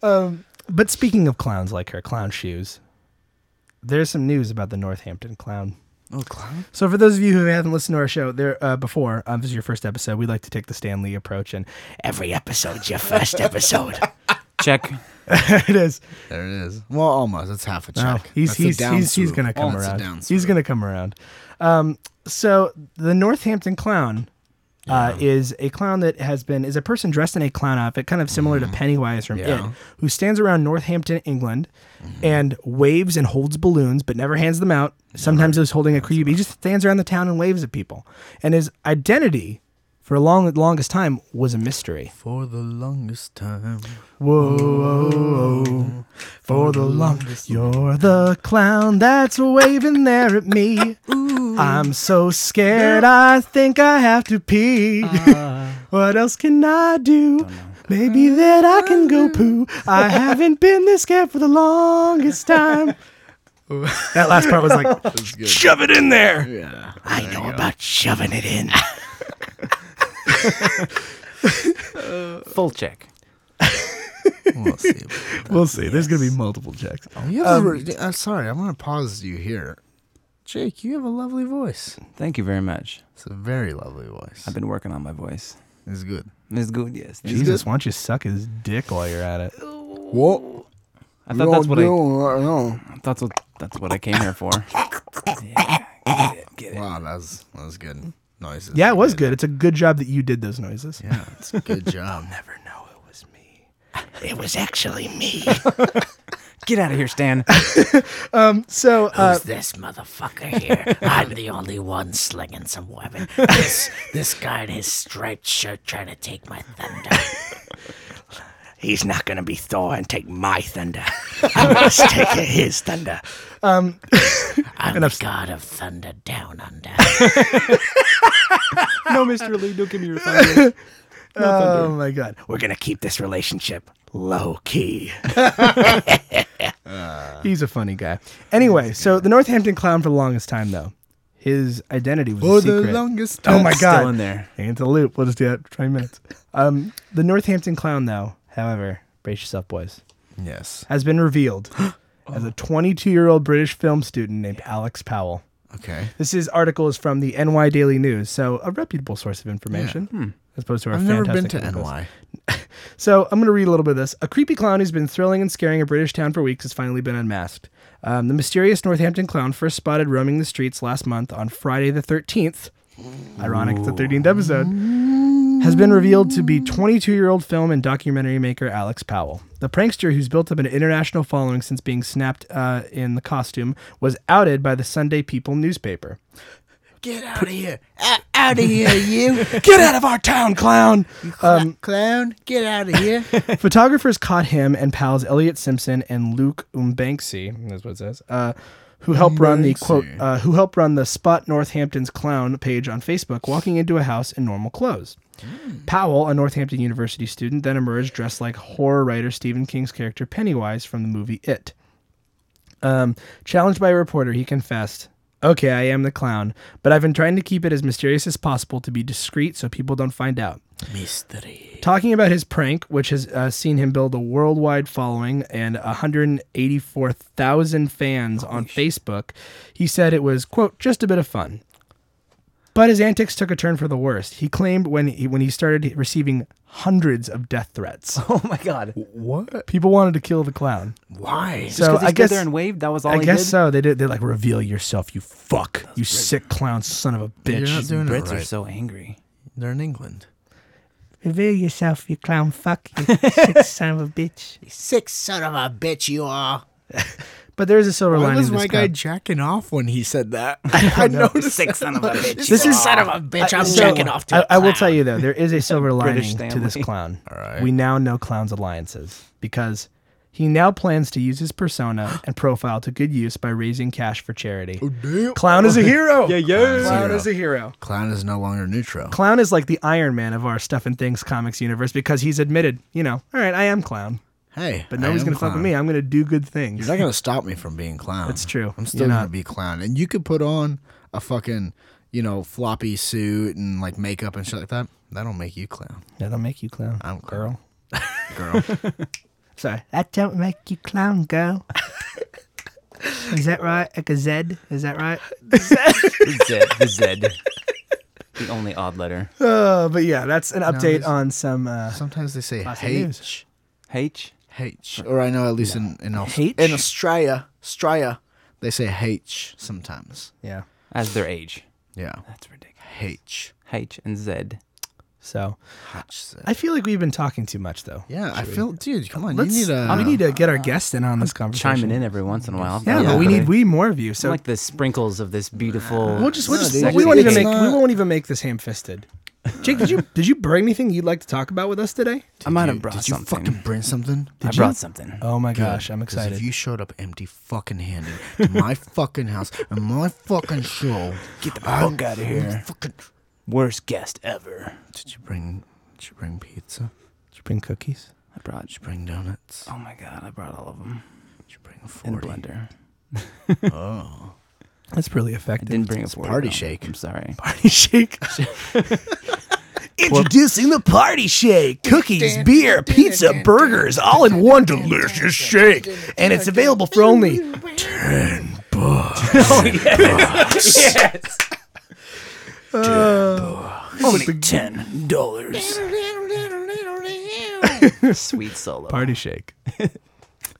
Speaker 2: But speaking of clowns like her, clown shoes. There's some news about the Northampton clown.
Speaker 3: Oh, clown.
Speaker 2: So for those of you who haven't listened to our show there uh, before, um, this is your first episode. We like to take the Stan Lee approach, and every episode's your first episode.
Speaker 4: Check.
Speaker 2: it is.
Speaker 3: There it is. Well, almost. It's half a check.
Speaker 2: No, he's
Speaker 3: That's a
Speaker 2: he's,
Speaker 3: down
Speaker 2: he's, he's
Speaker 3: swoop. Oh,
Speaker 2: gonna come
Speaker 3: That's a down
Speaker 2: around. He's
Speaker 3: swoop.
Speaker 2: gonna come around. Um, so the Northampton clown uh, is a clown that has been is a person dressed in a clown outfit, kind of similar to Pennywise from
Speaker 3: Mm-hmm. Yeah. Mm-hmm.
Speaker 2: It, who stands around Northampton, England, and waves and holds balloons, but never hands them out. Sometimes he's holding a creepy. He just stands around the town and waves at people. And his identity, for a long longest time, was a mystery.
Speaker 3: For the longest time.
Speaker 2: Whoa, whoa, whoa. for the longest, you're the clown that's waving there at me. I'm so scared, I think I have to pee. Uh. what else can I do? Maybe that I can go poo. I haven't been this scared for the longest time. that last part was like, shove it in there.
Speaker 3: Yeah.
Speaker 2: I know about shoving it in.
Speaker 4: Full check.
Speaker 3: We'll see.
Speaker 2: we'll see. There's gonna be multiple checks.
Speaker 3: You have a re- I'm sorry. I'm gonna pause you here. Jake, you have a lovely voice.
Speaker 4: Thank you very much.
Speaker 3: It's a very lovely voice.
Speaker 4: I've been working on my voice.
Speaker 3: It's good.
Speaker 4: It's good, yes. thank you.
Speaker 2: Jesus, why don't you suck his dick while you're at it?
Speaker 3: What?
Speaker 4: I thought that's what I,
Speaker 2: uh,
Speaker 3: no.
Speaker 4: that's what that's what I came here for. Yeah, get it, get it.
Speaker 3: Wow, that was that was good noises.
Speaker 2: Yeah, it
Speaker 3: You
Speaker 2: was
Speaker 3: did.
Speaker 2: good. It's a good job that you did those noises.
Speaker 3: Yeah, it's a good job.
Speaker 2: Never know it was me. It was actually me.
Speaker 4: Get out of here, Stan.
Speaker 2: Oh, So, uh,
Speaker 5: Who's this motherfucker here? I'm the only one slinging some women. This, this guy in his striped shirt trying to take my thunder.
Speaker 6: He's not going to be Thor and take my thunder. I must take his thunder.
Speaker 2: Um,
Speaker 5: I'm the god of thunder down under.
Speaker 4: no, Mr. Lee, don't give me your thunder.
Speaker 2: oh my god,
Speaker 6: We're going to keep this relationship low key.
Speaker 2: he's a funny guy. Anyway, so the Northampton clown for the longest time, though, his identity was
Speaker 3: For
Speaker 2: a secret.
Speaker 3: the longest
Speaker 2: oh
Speaker 3: time.
Speaker 2: my
Speaker 4: Still
Speaker 2: god,
Speaker 4: in there.
Speaker 2: Hang into the loop. We'll just do that for twenty minutes. Um, the Northampton clown, though, however, brace yourself, boys,
Speaker 3: Yes.
Speaker 2: has been revealed as a 22-year-old British film student named Alex Powell.
Speaker 3: Okay.
Speaker 2: This is article is from the NY Daily News, so a reputable source of information. As opposed to our
Speaker 3: hmm. I've never been
Speaker 2: fantastic
Speaker 3: to
Speaker 2: articles.
Speaker 3: NY.
Speaker 2: So I'm going to read a little bit of this. A creepy clown who's been thrilling and scaring a British town for weeks has finally been unmasked. Um, the mysterious Northampton clown first spotted roaming the streets last month on Friday the 13th ironic, it's the 13th episode, has been revealed to be 22 year old film and documentary maker Alex Powell. The prankster, who's built up an international following since being snapped uh, in the costume, was outed by the Sunday People newspaper.
Speaker 3: Get out of here. out of here, you.
Speaker 2: Get out of our town, clown!
Speaker 3: Um, clown, get out of here.
Speaker 2: Photographers caught him and pals Elliot Simpson and Luke Umbanksy, that's what it says, uh, who helped run the quote, uh, who helped run the Spot Northampton's Clown page on Facebook, walking into a house in normal clothes. Powell, a Northampton University student, then emerged dressed like horror writer Stephen King's character Pennywise from the movie It. Um, challenged by a reporter, he confessed, Okay, I am the clown, but I've been trying to keep it as mysterious as possible to be discreet so people don't find out.
Speaker 3: Mystery.
Speaker 2: Talking about his prank, which has uh, seen him build a worldwide following and 184,000 fans on Facebook, he said it was, quote, just a bit of fun. But his antics took a turn for the worst. He claimed when he, when he started receiving hundreds of death threats,
Speaker 4: Oh my god.
Speaker 3: What?
Speaker 2: people wanted to kill the clown.
Speaker 3: Why?
Speaker 2: So
Speaker 4: he
Speaker 2: I
Speaker 4: stood
Speaker 2: guess
Speaker 4: there and waved. That was all
Speaker 2: I
Speaker 4: he
Speaker 2: guess
Speaker 4: did.
Speaker 2: so. They did. They like reveal yourself, you fuck, you sick clown, son of a
Speaker 3: You're not
Speaker 2: bitch.
Speaker 3: doing it
Speaker 4: Brits are
Speaker 3: right.
Speaker 4: so angry.
Speaker 3: They're in England.
Speaker 7: Reveal yourself, you clown fuck, you sick son of a bitch.
Speaker 5: Sick son of a bitch you are.
Speaker 2: But there is a silver
Speaker 3: Why
Speaker 2: lining.
Speaker 3: was
Speaker 2: to this
Speaker 3: my guy
Speaker 2: clown.
Speaker 3: jacking off when he said that? I noticed.
Speaker 4: Sick son of a bitch.
Speaker 5: This is son of a bitch. I'm
Speaker 2: So,
Speaker 5: checking off to
Speaker 2: I,
Speaker 5: a
Speaker 2: I will
Speaker 5: clown.
Speaker 2: tell you though, there is a silver
Speaker 4: British
Speaker 2: lining to this
Speaker 4: family.
Speaker 2: clown.
Speaker 3: right.
Speaker 2: We now know clown's alliances because he now plans to use his persona and profile to good use by raising cash for charity.
Speaker 3: Damn.
Speaker 2: Clown is a hero. yeah,
Speaker 3: yeah.
Speaker 2: Clown is a hero.
Speaker 3: Clown is no longer neutral.
Speaker 2: Clown is like the Iron Man of our Stuff and Things comics universe because he's admitted, you know, all right, I am clown,
Speaker 3: Hey,
Speaker 2: but
Speaker 3: I
Speaker 2: nobody's
Speaker 3: am
Speaker 2: gonna fuck with
Speaker 3: clown.
Speaker 2: me. I'm gonna do good
Speaker 3: You're
Speaker 2: things.
Speaker 3: not gonna stop me from being clown.
Speaker 2: That's true.
Speaker 3: I'm
Speaker 2: You're
Speaker 3: still gonna
Speaker 2: not.
Speaker 3: be clown, and you could put on a fucking, you know, floppy suit and like makeup and shit like that. That'll make you clown,
Speaker 2: That'll make you clown.
Speaker 3: I'm
Speaker 2: girl.
Speaker 3: clown. girl.
Speaker 2: Sorry.
Speaker 7: That don't make you clown, girl. Is that right? A gazette? Is that right?
Speaker 4: Zed. The Zed. The only odd letter.
Speaker 2: Uh, but yeah, that's an update
Speaker 3: there's-
Speaker 2: on some. Uh,
Speaker 3: Sometimes they say
Speaker 2: Classic
Speaker 3: H,
Speaker 2: news.
Speaker 4: H.
Speaker 3: H, or I know at least in in, Aus-
Speaker 2: H?
Speaker 3: in Australia, Australia, they say H sometimes.
Speaker 2: yeah.
Speaker 4: As their age.
Speaker 3: Yeah,
Speaker 4: That's ridiculous.
Speaker 3: H.
Speaker 4: H and Z.
Speaker 2: So
Speaker 3: Hutch.
Speaker 2: I feel like we've been talking too much though.
Speaker 3: Yeah, I feel, dude. Come on,
Speaker 2: Let's,
Speaker 3: you need a. uh,
Speaker 2: we need to get our guests in on this conversation.
Speaker 4: Chiming in every once in a while.
Speaker 2: Yeah,
Speaker 4: I'm
Speaker 2: but we
Speaker 4: really-
Speaker 2: need we more of you.
Speaker 4: I'm
Speaker 2: So
Speaker 4: like the sprinkles of this beautiful.
Speaker 2: we'll just we'll
Speaker 3: No,
Speaker 2: just
Speaker 3: dude,
Speaker 2: we won't even
Speaker 3: it's
Speaker 2: make we
Speaker 3: not-
Speaker 2: won't even make this ham fisted. Jake, did you did you bring anything you'd like to talk about with us today?
Speaker 4: I might have
Speaker 3: Dude,
Speaker 4: brought
Speaker 3: Did you
Speaker 4: something.
Speaker 3: fucking bring something?
Speaker 4: I brought something.
Speaker 2: Oh my
Speaker 3: Good,
Speaker 2: gosh, I'm
Speaker 3: 'cause
Speaker 2: excited.
Speaker 3: If you showed up empty fucking handed to my fucking house and my fucking show, get the fuck out of here. Fucking,
Speaker 4: Worst guest ever.
Speaker 3: did you bring? Did you bring pizza?
Speaker 2: did you bring cookies?
Speaker 4: I brought.
Speaker 3: Did you bring donuts?
Speaker 4: Oh my god! I brought all of them
Speaker 3: Did you bring a
Speaker 4: in a
Speaker 3: forty?
Speaker 4: blender.
Speaker 3: Oh,
Speaker 2: That's really
Speaker 4: I
Speaker 2: effective.
Speaker 4: didn't bring a
Speaker 3: It's
Speaker 4: fork,
Speaker 3: party
Speaker 4: though.
Speaker 3: shake.
Speaker 4: I'm sorry.
Speaker 2: party shake.
Speaker 6: Introducing the party shake. Cookies, beer, pizza, burgers, all in one delicious shake.
Speaker 2: And it's available for only
Speaker 4: Only ten dollars. Sweet solo.
Speaker 2: Party Shake.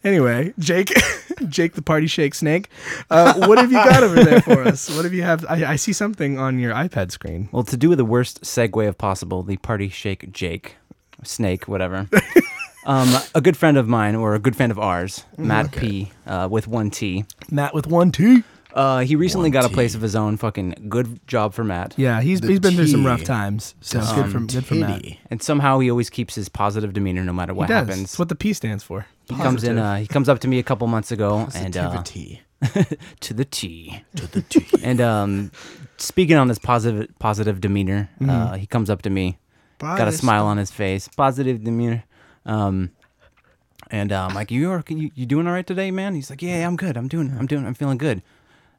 Speaker 2: anyway, Jake, Jake the Party Shake Snake. Uh, what have you got over there for us? What have you have? I, I see something on your iPad screen.
Speaker 4: Well, to do with the worst segue of possible, the party shake Jake, snake, whatever. um, a good friend of mine, or a good friend of ours,
Speaker 2: Mm,
Speaker 4: Matt P, uh, with one T.
Speaker 2: Matt with one T.
Speaker 4: Uh, he recently got a place of his own. Fucking good job for Matt.
Speaker 2: Yeah, he's
Speaker 3: The
Speaker 2: he's been through some rough
Speaker 3: T. Um,
Speaker 2: times. So good for good for Matt. He
Speaker 3: Titty.
Speaker 4: And somehow he always keeps his positive demeanor no matter what
Speaker 2: does.
Speaker 4: happens.
Speaker 2: It's what the P stands for.
Speaker 4: he comes in. Uh, he comes up to me a couple months ago and uh,
Speaker 3: Positivity.
Speaker 4: to the T.
Speaker 3: to the T.
Speaker 4: And um, speaking on his positive positive demeanor, uh, he comes up to me, got a
Speaker 3: Mm-hmm. Positive.
Speaker 4: smile on his face, positive demeanor. Um, and uh, I'm like, "You are you, you doing all right today, man?" He's like, "Yeah, I'm good. I'm doing. I'm doing. I'm feeling good.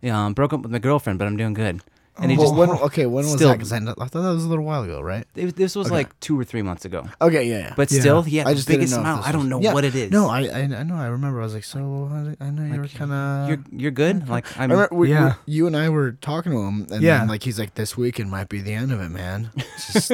Speaker 4: Yeah, um, broke up with my girlfriend, but I'm doing good." And he
Speaker 3: Oh, Well, when,
Speaker 4: just
Speaker 3: okay, when was
Speaker 4: Still-
Speaker 3: that? Because I, kn- I thought that was a little while ago, right?
Speaker 4: it, this was like two or three months ago,
Speaker 3: Okay, yeah, yeah.
Speaker 4: but
Speaker 2: Yeah.
Speaker 4: still, he had
Speaker 3: I
Speaker 4: the
Speaker 3: just didn't
Speaker 4: biggest
Speaker 3: know if
Speaker 4: smile.
Speaker 3: this
Speaker 4: I
Speaker 3: was-
Speaker 4: don't know
Speaker 3: Yeah.
Speaker 4: what it is.
Speaker 3: No, I, I I know. I remember. I was like, so how did- I know you were kind of.
Speaker 4: you're you're good. Like I'm.
Speaker 3: I remember we,
Speaker 2: Yeah.
Speaker 3: we- you and I were talking to him, and
Speaker 2: Yeah.
Speaker 3: then, like he's like, "This weekend might be the end of it, man. It's just,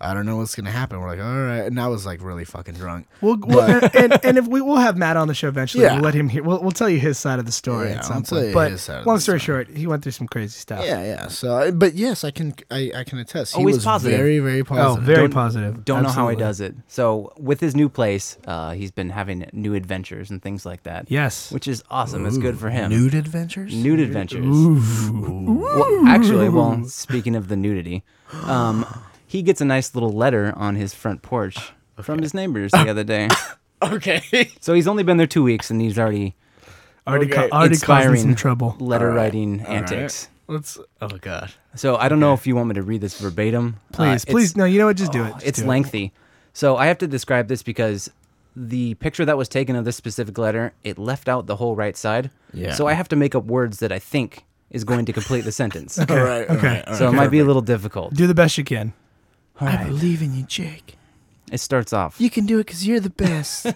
Speaker 3: I don't know what's gonna happen." We're like, "All right," and I was like really fucking drunk.
Speaker 2: We'll, we'll and, and, and if we we'll have Matt on the show eventually,
Speaker 3: Yeah.
Speaker 2: we'll let him hear. We'll, we'll tell you his side of the story
Speaker 3: Yeah,
Speaker 2: at some
Speaker 3: I'll tell
Speaker 2: point.
Speaker 3: you
Speaker 2: but
Speaker 3: his side of
Speaker 2: long
Speaker 3: the
Speaker 2: story
Speaker 3: story.
Speaker 2: short, he went through some crazy stuff.
Speaker 3: Yeah, yeah. yeah. So, but yes, I can. I, I can attest. He
Speaker 4: Always
Speaker 3: was
Speaker 4: positive.
Speaker 3: very, very
Speaker 2: Oh,
Speaker 3: positive.
Speaker 2: very
Speaker 4: Don't-
Speaker 2: positive.
Speaker 4: Don't know how he
Speaker 2: Absolutely.
Speaker 4: does it. So with his new place, uh, he's been having new adventures and things like that.
Speaker 2: Yes.
Speaker 4: which is awesome. it's good for him.
Speaker 3: Nude adventures.
Speaker 4: Nude adventures. Well, actually, well, speaking of the nudity, um, he gets a nice little letter on his front porch from his neighbors the other day.
Speaker 3: Okay.
Speaker 4: So he's only been there two weeks, and he's already
Speaker 2: Already,
Speaker 3: Okay.
Speaker 2: ca- already causing
Speaker 4: Inspiring.
Speaker 2: some trouble.
Speaker 4: letter writing antics.
Speaker 3: Let's. Oh God.
Speaker 4: So I don't know if you want me to read this verbatim. Uh,
Speaker 2: Please,
Speaker 4: it's- oh,
Speaker 2: please, no. You know what? Just do it. Just
Speaker 4: it's
Speaker 2: do it.
Speaker 4: lengthy. So I have to describe this because the picture that was taken of this specific letter, it left out the whole right side.
Speaker 3: Yeah.
Speaker 4: So I have to make up words that I think is going to complete the sentence.
Speaker 3: All right.
Speaker 2: okay.
Speaker 3: Okay.
Speaker 4: So it might be a little difficult.
Speaker 2: Do the best you can.
Speaker 4: All
Speaker 3: I
Speaker 4: right.
Speaker 3: believe in you, Jake.
Speaker 4: It starts off.
Speaker 3: You can do it because you're the best.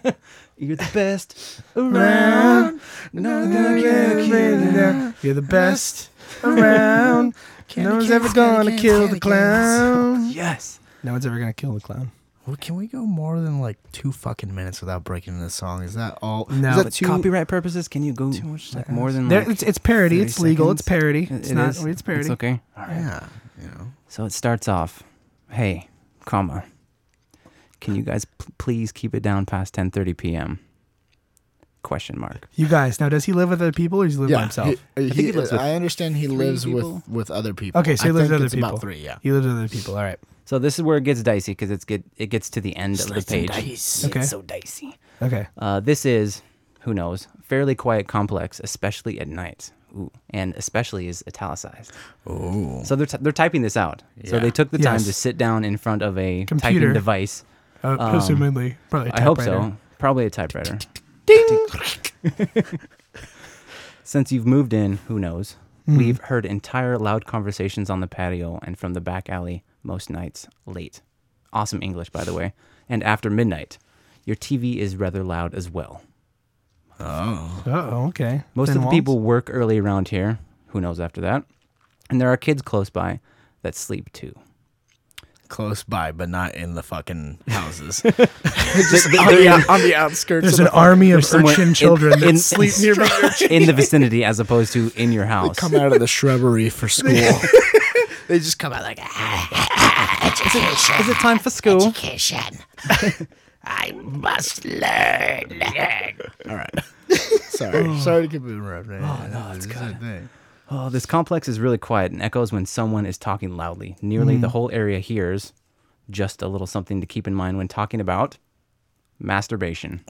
Speaker 4: You're the best around.
Speaker 3: no,
Speaker 2: You're the best around. No one's ever gonna kill the clown.
Speaker 4: Yes.
Speaker 2: No one's ever gonna kill the clown.
Speaker 3: Well, can we go more than like two fucking minutes without breaking into the song? Is that all?
Speaker 2: No,
Speaker 3: is
Speaker 4: For
Speaker 3: that too,
Speaker 4: copyright purposes, can you go too much like, more than
Speaker 2: There,
Speaker 4: like,
Speaker 2: it's, it's parody.
Speaker 4: 30
Speaker 2: It's legal. It's
Speaker 4: seconds?
Speaker 2: parody.
Speaker 4: it-
Speaker 2: It's
Speaker 4: it
Speaker 2: not.
Speaker 4: is?
Speaker 2: It's parody.
Speaker 4: It's okay. All right.
Speaker 3: Yeah, you know.
Speaker 4: So it starts off, "Hey, comma, can you guys p- please keep it down past 10:30 p.m.?" Question mark.
Speaker 2: You guys. Now, does he live with other people or does he live by himself?
Speaker 3: He, I,
Speaker 4: think he lives with
Speaker 3: I understand he lives
Speaker 4: people.
Speaker 3: with with other people.
Speaker 2: Okay, so he
Speaker 3: I
Speaker 2: lives with
Speaker 3: think
Speaker 2: other
Speaker 3: it's
Speaker 2: people.
Speaker 3: About three, yeah.
Speaker 2: he lives with other people. All right.
Speaker 4: So this is where it gets dicey because it's get it gets to the end of the page.
Speaker 2: Okay.
Speaker 4: So dicey.
Speaker 2: Okay.
Speaker 4: Uh, this is, who knows, fairly quiet complex, especially at night. Ooh, and especially is italicized.
Speaker 3: Oh,
Speaker 4: So they're, t- they're typing this out. So
Speaker 3: Yeah.
Speaker 4: they took the time
Speaker 2: Yes.
Speaker 4: to sit down in front of a
Speaker 2: Computer.
Speaker 4: typing device.
Speaker 2: Uh,
Speaker 4: Um,
Speaker 2: presumably, probably. a
Speaker 4: I hope
Speaker 2: typewriter.
Speaker 4: so. Probably a typewriter. Since you've moved in, who knows?
Speaker 3: Hmm.
Speaker 4: We've heard entire loud conversations on the patio and from the back alley most nights late. Awesome English, by the way. And after midnight, your TV is rather loud as well.
Speaker 2: Uh-oh, okay.
Speaker 4: Most
Speaker 2: Thin
Speaker 4: of the
Speaker 2: walls?
Speaker 4: people work early around here. Who knows after that? And there are kids close by that sleep too.
Speaker 3: close by, but not in the fucking houses.
Speaker 4: They-
Speaker 3: on,
Speaker 4: they're
Speaker 3: the,
Speaker 4: in-
Speaker 3: out- on the outskirts.
Speaker 2: There's
Speaker 3: of
Speaker 2: an
Speaker 3: the,
Speaker 2: army of
Speaker 4: somewhere
Speaker 2: urchin
Speaker 4: in-
Speaker 2: children that
Speaker 4: in-
Speaker 2: sleep nearby.
Speaker 4: in the vicinity as opposed to in your house.
Speaker 3: come out of the shrubbery for school. they just come out like "Ah."
Speaker 4: Is it time for school?
Speaker 5: Education. I must learn. learn.
Speaker 3: sorry, sorry to keep interrupting. Oh no, it's good.
Speaker 4: Oh, this complex is really quiet and echoes when someone is talking loudly. Nearly the whole area hears. Just a little something to keep in mind when talking about masturbation.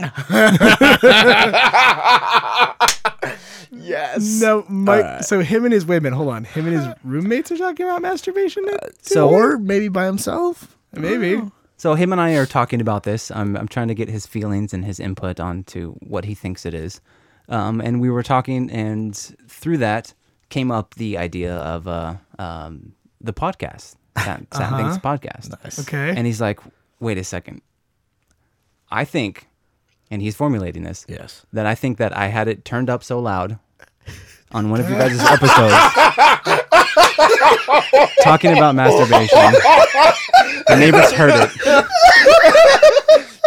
Speaker 3: Yes.
Speaker 2: No, Mike.
Speaker 4: uh,
Speaker 2: So him and his wait a minute, hold on. Him and his roommates are talking about masturbation. now?
Speaker 4: So
Speaker 3: or maybe by himself.
Speaker 2: Maybe.
Speaker 4: oh, So him and I are talking about this. I'm I'm trying to get his feelings and his input onto what he thinks it is. Um, and we were talking, and through that came up the idea of uh, um, the podcast, Sat, Sat Things podcast.
Speaker 2: Okay.
Speaker 4: And he's like, "Wait a second. I think," and he's formulating this.
Speaker 3: Yes.
Speaker 4: That I think that I had it turned up so loud on one of you guys' episodes, talking about masturbation. The neighbors heard it.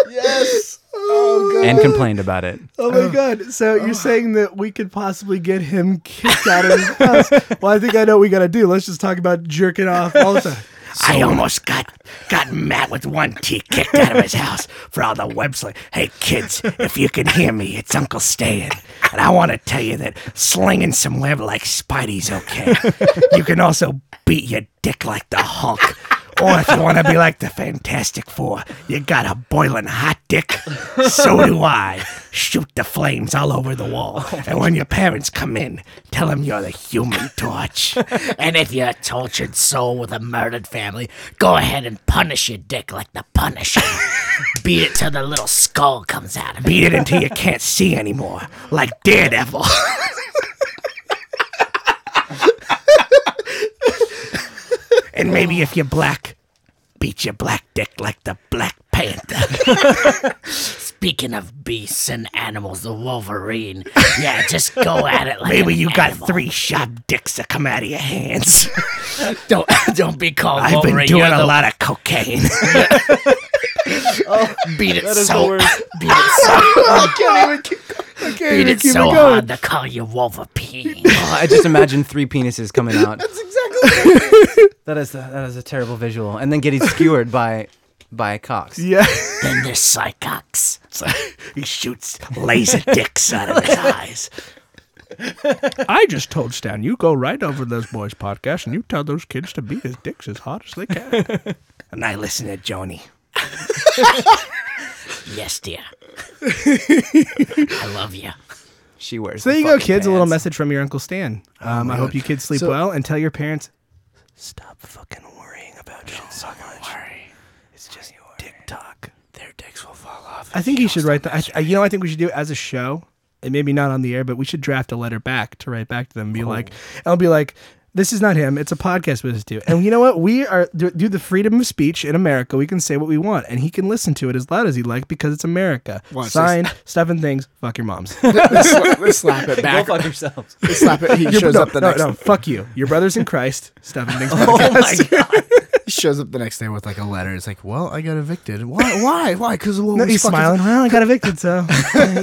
Speaker 3: Yes.
Speaker 4: and complained about it.
Speaker 2: oh my god. So
Speaker 4: uh.
Speaker 2: you're saying that we could possibly get him kicked out of his house? Well, I think I know what we got to do. Let's just talk about jerking off all the time.
Speaker 6: I almost got got Matt with one T kicked out of his house for all the websling. Hey kids, if you can hear me, it's Uncle Stan, and I want to tell you that slinging some web like Spidey's okay. You can also beat your dick like the Hulk, or if you want to be like the Fantastic Four, you got a boiling hot dick. So do I. Shoot the flames all over the wall, and when your parents come in, tell them you're the human torch.
Speaker 5: And if you're a tortured soul with a murdered family, go ahead and punish your dick like the Punisher. Beat it till the little skull comes out of it.
Speaker 6: beat it until you can't see anymore, like Daredevil. and maybe if you're black, beat your black dick like the Black Panther.
Speaker 5: Speaking of beasts and animals, the Wolverine. Yeah, just go at it like
Speaker 6: Maybe
Speaker 5: an
Speaker 6: you got
Speaker 5: animal.
Speaker 6: three sharp dicks that come out of your hands.
Speaker 5: Don't don't be called
Speaker 6: I've
Speaker 5: Wolverine.
Speaker 6: been doing
Speaker 5: You're
Speaker 6: a
Speaker 5: the-
Speaker 6: lot of cocaine.
Speaker 2: Oh,
Speaker 5: Beat it so. Beat it so.
Speaker 2: I can't even keep
Speaker 5: Beat it
Speaker 2: keep it
Speaker 5: so
Speaker 2: going.
Speaker 5: hard they call you Wolverine.
Speaker 4: I just imagine three penises coming out.
Speaker 3: That's exactly.
Speaker 4: That is that is a terrible visual. And then getting skewered by by cocks.
Speaker 2: Yeah.
Speaker 5: then there's Psycox.
Speaker 6: He shoots laser dicks out of his eyes.
Speaker 2: I just told Stan, you go right over those boys' podcast and you tell those kids to beat his dicks as hard as they can.
Speaker 6: And I listen to Joni.
Speaker 5: Yes, dear. I love you.
Speaker 4: She wears.
Speaker 2: So there
Speaker 4: the
Speaker 2: you go,
Speaker 4: fucking
Speaker 2: kids. A little
Speaker 4: pants.
Speaker 2: message from your Uncle Stan. Um, I hope you kids sleep well and tell your parents, stop fucking worrying about shit so much. It's just dick talk.
Speaker 6: Their dicks will fall off.
Speaker 2: I think he should write that. I, I- you know, I think we should do it as a show, and maybe not on the air, but we should draft a letter back to write back to them. And be like, I'll be like, this is not him. It's a podcast with us two. And you know what? We are do, do the freedom of speech in America. We can say what we want, and he can listen to it as loud as he like because it's America.
Speaker 3: Watch
Speaker 2: Signed, stuff and things. Fuck your moms.
Speaker 3: Let's, sla- let's slap it back.
Speaker 4: Go fuck yourselves.
Speaker 3: Let's slap it. He
Speaker 2: Your-
Speaker 3: shows
Speaker 2: no,
Speaker 3: up the
Speaker 2: no,
Speaker 3: next. Oh
Speaker 2: no. Fuck you. Your brothers in Christ. Stuff and things.
Speaker 3: He shows up the next day with like a letter. It's like, well, I got evicted. Why? Why? Why? Because what
Speaker 2: No,
Speaker 3: we
Speaker 2: he's
Speaker 3: fucking-
Speaker 2: smiling. Well, I got evicted, so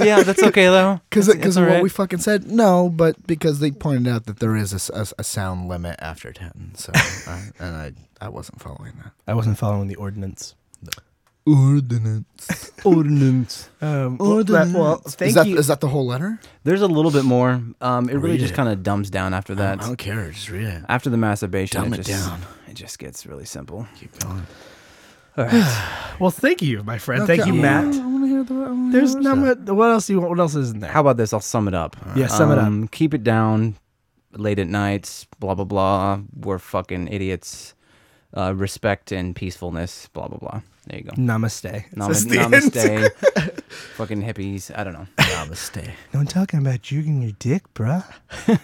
Speaker 4: yeah, that's okay though.
Speaker 3: Because
Speaker 4: It's- it's
Speaker 3: because of
Speaker 4: alright.
Speaker 3: what we fucking said, no, but because they pointed out that there is a s- a, s- a sound limit after ten, so I, and I I wasn't following that
Speaker 2: I wasn't following the ordinance.
Speaker 3: ordinance.
Speaker 4: ordinance.
Speaker 2: Um, well, thank
Speaker 3: is that,
Speaker 2: you.
Speaker 3: Is that the whole letter?
Speaker 4: There's a little bit more. Um, it really
Speaker 3: Read
Speaker 4: just
Speaker 3: it.
Speaker 4: kind of dumbs down after that.
Speaker 3: care. Just read it.
Speaker 4: After the masturbation,
Speaker 3: Dumb
Speaker 4: Oh, it,
Speaker 3: it
Speaker 4: just,
Speaker 3: down.
Speaker 4: It just gets really simple.
Speaker 3: Keep going.
Speaker 2: well, thank you, my friend. Thank
Speaker 3: Okay,
Speaker 2: you,
Speaker 3: I wanna-
Speaker 2: Matt.
Speaker 3: I wanna hear the- I wanna hear
Speaker 2: There's
Speaker 3: the
Speaker 2: not
Speaker 3: rest
Speaker 2: much. What else do you want? What else is in there?
Speaker 4: How about this? I'll sum it up.
Speaker 2: yeah, Uh, sum it up.
Speaker 4: Um, Keep it down. Late at night. Blah blah blah. We're fucking idiots. Uh, respect and peacefulness. Blah blah blah. There you go.
Speaker 2: Namaste.
Speaker 4: Nam-
Speaker 2: It's the end.
Speaker 4: namaste. fucking hippies. I don't know.
Speaker 3: of it. Namaste.
Speaker 2: No one talking about jerking your dick, bruh.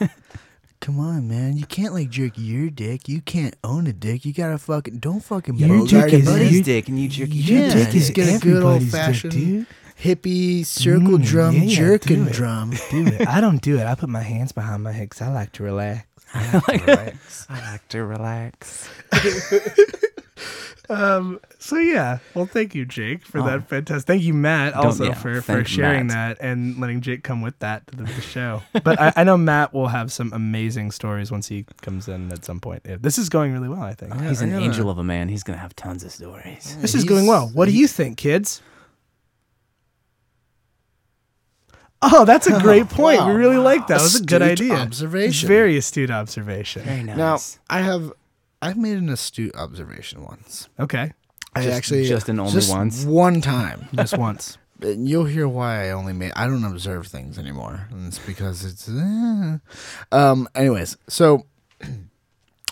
Speaker 3: Come on, man. You can't like jerk your dick. You can't own a dick. You gotta fucking don't fucking
Speaker 2: Your
Speaker 3: bogart
Speaker 2: dick is-
Speaker 3: buddy.
Speaker 2: you-
Speaker 4: dick and you jerk.
Speaker 3: you Yeah, dick is- just get a good
Speaker 2: everybody's dick,
Speaker 3: old-fashioned-
Speaker 2: dude.
Speaker 3: hippie circle
Speaker 2: Mm,
Speaker 3: drum
Speaker 2: yeah,
Speaker 3: jerking
Speaker 2: do it.
Speaker 3: drum.
Speaker 2: Do it. I don't do it. I put my hands behind my head because I like to relax.
Speaker 4: I like to relax.
Speaker 2: Um. So yeah. Well, thank you, Jake, for that fantastic. Thank you, Matt,
Speaker 4: Don't-
Speaker 2: also
Speaker 4: yeah,
Speaker 2: for for
Speaker 4: thank
Speaker 2: sharing
Speaker 4: Matt.
Speaker 2: that and letting Jake come with that to the, the show. but I, I know Matt will have some amazing stories once he comes in at some point. Yeah, This is going really well, I think.
Speaker 4: He's an angel of a man. He's gonna have tons of stories.
Speaker 2: This is going
Speaker 3: He's-
Speaker 2: well. What do you think, kids? Oh, that's a great point. we really like that. That was a good
Speaker 3: Astute
Speaker 2: idea.
Speaker 3: observation.
Speaker 2: Very astute observation.
Speaker 4: Very nice.
Speaker 3: Now I have I've made an astute observation once.
Speaker 2: Okay.
Speaker 3: I
Speaker 4: Just-
Speaker 3: actually
Speaker 4: just and only once?
Speaker 3: One time.
Speaker 2: Just once.
Speaker 3: And you'll hear why I only made I don't observe things anymore. And it's because it's eh. um anyways, so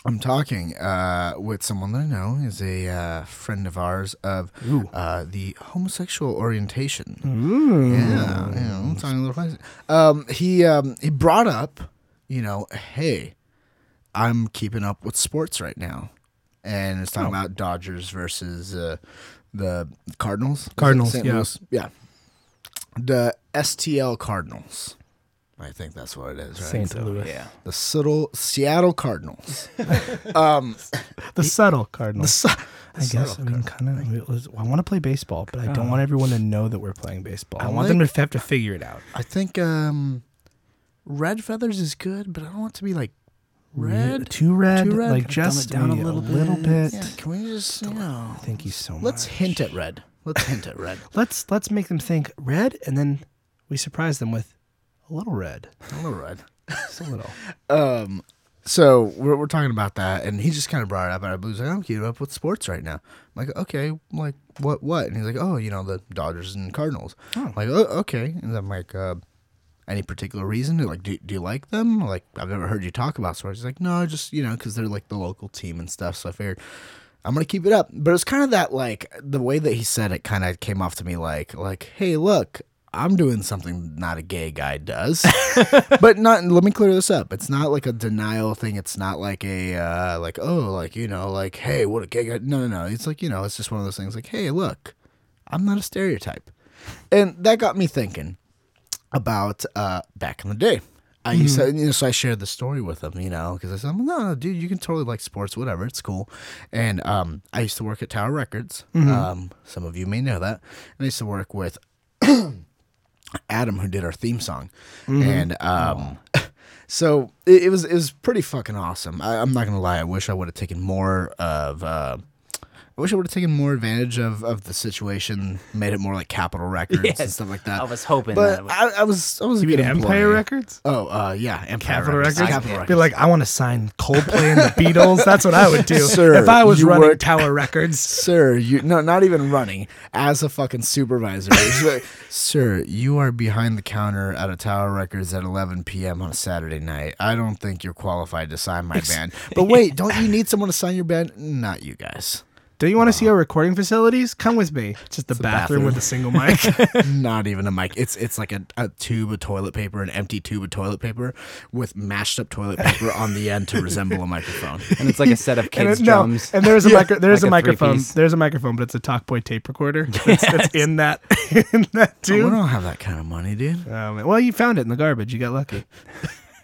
Speaker 3: I'm talking uh, with someone that I know is a uh, friend of ours of uh, the homosexual orientation. Yeah, yeah, I'm talking a little crazy. Um, he um, he brought up, you know, hey, I'm keeping up with sports right now, and it's
Speaker 2: Oh.
Speaker 3: talking about Dodgers versus uh, the Cardinals.
Speaker 2: Cardinals,
Speaker 3: St.
Speaker 2: yeah.
Speaker 3: Louis. yeah, the STL Cardinals. I think that's what it is, right?
Speaker 2: Louis.
Speaker 4: yeah.
Speaker 3: The Seattle Seattle Cardinals.
Speaker 2: The subtle cardinal. I guess
Speaker 3: subtle
Speaker 2: I mean, kind of. I want to play baseball, but I don't want everyone to know that we're playing baseball. I,
Speaker 3: I
Speaker 2: want them to have to figure it out.
Speaker 3: I think um, Red Feathers is good, but I don't want it to be like red.
Speaker 2: too red,
Speaker 3: Too red.
Speaker 2: like
Speaker 3: Dumb
Speaker 2: just
Speaker 4: it down a
Speaker 2: maybe
Speaker 4: little
Speaker 2: bit.
Speaker 3: Yeah, can we just you know?
Speaker 2: Thank you so much.
Speaker 3: Let's hint at red. Let's hint at red.
Speaker 2: let's let's make them think red, and then we surprise them with a little red,
Speaker 3: A little red.
Speaker 2: just a little.
Speaker 3: Um, so we're, we're talking about that, and he just kind of brought it up, and I was like, I'm keeping up with sports right now. I'm like, okay, I'm like what, what? And he's like, oh, you know, the Dodgers and Cardinals. I'm like, oh, okay. And I'm like, uh, any particular reason? Like, do, do you like them? Like, I've never heard you talk about sports. He's like, no, just you know, because they're like the local team and stuff. So I figured. I'm gonna keep it up, but it's kind of that like the way that he said it kind of came off to me like like Hey, look, I'm doing something not a gay guy does. but not let me clear this up it's not like a denial thing it's not like a uh, like oh like you know like hey what a gay guy no no no it's like you know it's just one of those things like hey look i'm not a stereotype and that got me thinking about uh, back in the day I used to,
Speaker 4: Mm-hmm.
Speaker 3: you know, so I shared the story with him, you know, because I said, "No, no, dude, you can totally like sports, whatever, it's cool." And um, I used to work
Speaker 4: Mm-hmm.
Speaker 3: at Tower Records. Um, some of you may know that, and I used to work with Adam who did our theme song,
Speaker 4: Mm-hmm.
Speaker 3: and um, so it, it was it was pretty fucking awesome. I, I'm not gonna lie. I wish I would have taken more of. Uh, I wish I would have taken more advantage of, of the situation, made it more like Capitol Records and
Speaker 4: Yes.
Speaker 3: stuff like that.
Speaker 4: I was hoping
Speaker 3: but
Speaker 4: that would-
Speaker 3: I, I was I was a
Speaker 2: You mean
Speaker 3: good employee.
Speaker 2: Empire Records?
Speaker 3: Oh, uh, yeah, Empire
Speaker 2: Capitol Records?
Speaker 3: Capitol
Speaker 2: Be
Speaker 3: Records.
Speaker 2: like, I want to sign Coldplay and the Beatles. That's what I would do.
Speaker 3: Sir,
Speaker 2: if I was
Speaker 3: you
Speaker 2: running
Speaker 3: work-
Speaker 2: Tower Records.
Speaker 3: sir, you no, not even running as a fucking supervisor. It's like, sir, you are behind the counter at a Tower Records at 11 p.m. on a Saturday night. I don't think you're qualified to sign my band. But wait, don't you need someone to sign your band? Not you guys.
Speaker 2: Do you want to see our recording facilities? Come with me. It's just the bathroom,
Speaker 3: bathroom.
Speaker 2: with a single mic.
Speaker 3: Not even a mic. It's it's like a, a tube of toilet paper, an empty tube of toilet paper with mashed up toilet paper on the end to resemble a microphone.
Speaker 4: and it's like a set of
Speaker 2: and,
Speaker 4: kids'
Speaker 2: it- no,
Speaker 4: drums.
Speaker 2: and there's a micro, there's
Speaker 4: like
Speaker 2: a,
Speaker 4: a
Speaker 2: microphone.
Speaker 4: three-piece.
Speaker 2: There's a microphone, but it's a Talkboy tape recorder that's, that's in that in that
Speaker 3: Dude, Oh, we
Speaker 2: tube.
Speaker 3: don't have that kind of money, dude.
Speaker 2: Um, well, you found it in the garbage. You got lucky.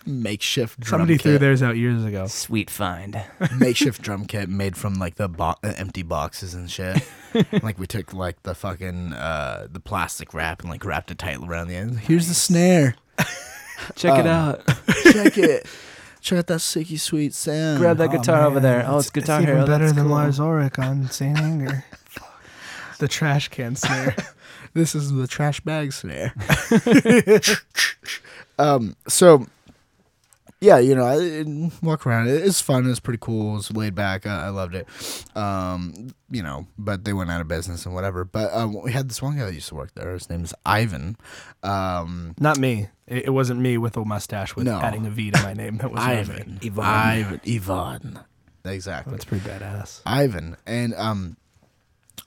Speaker 3: Makeshift drum
Speaker 2: Somebody threw
Speaker 3: kit.
Speaker 2: theirs out years ago.
Speaker 4: Sweet find.
Speaker 3: makeshift drum kit made from like the bo- uh, empty boxes and shit. And, like we took like the fucking uh, the plastic wrap and like wrapped it tight around the end. Here's the snare.
Speaker 4: Check
Speaker 2: Oh,
Speaker 4: it out.
Speaker 3: Check it. Check out that sicky sweet sound.
Speaker 4: Grab that guitar over there. Oh, it's Guitar
Speaker 2: it's even
Speaker 4: Hero.
Speaker 2: better
Speaker 4: That's
Speaker 2: than
Speaker 4: cool.
Speaker 2: Lars Ulrich on Saint Anger. the trash can snare.
Speaker 3: This is the trash bag snare. um. So. Yeah, you know, I, I walk around. It, it's fun. It's pretty cool. It's laid back. I, I loved it. Um, you know, but they went out of business and whatever. But um, we had this one guy that used to work there. His name is Ivan. Um,
Speaker 2: Not me. It, it wasn't me with a mustache with
Speaker 3: No.
Speaker 2: adding a V to my name. That was not me.
Speaker 3: Ivan. Ivan. Ivan. Ivan. Exactly.
Speaker 2: That's pretty badass.
Speaker 3: Ivan. And um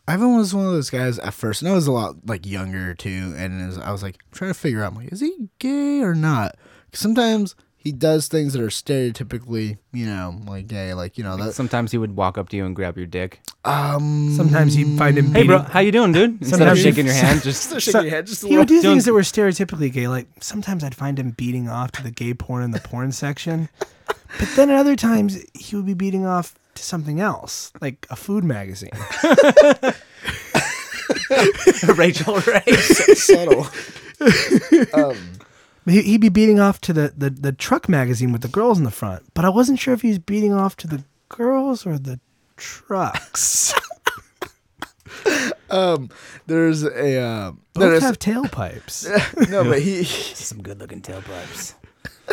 Speaker 3: Ivan was one of those guys at first, and I was a lot like younger too, and it was, I was like trying to figure out, I'm like, is he gay or not? 'Cause sometimes he does things that are stereotypically, you know, like gay, like you know that.
Speaker 4: Sometimes he would walk up to you and grab your dick.
Speaker 3: Um,
Speaker 2: Sometimes you find him.
Speaker 4: Hey, bro,
Speaker 2: beating-
Speaker 4: how you doing, dude? Instead of
Speaker 2: Sometimes you-
Speaker 4: shaking your hand, just
Speaker 2: So- he would do
Speaker 4: Don't-
Speaker 2: things that were stereotypically gay. Like sometimes I'd find him beating off to the gay porn in the porn section, but then at other times he would be beating off to something else, like a food magazine.
Speaker 4: Rachel Ray.
Speaker 3: subtle. Um,
Speaker 2: He- He'd be beating off to the, the the truck magazine with the girls in the front, but I wasn't sure if he was beating off to the girls or the trucks.
Speaker 3: There's a uh, no,
Speaker 2: Both
Speaker 3: there's-
Speaker 2: have tailpipes.
Speaker 3: no, but he
Speaker 4: Some good looking tailpipes.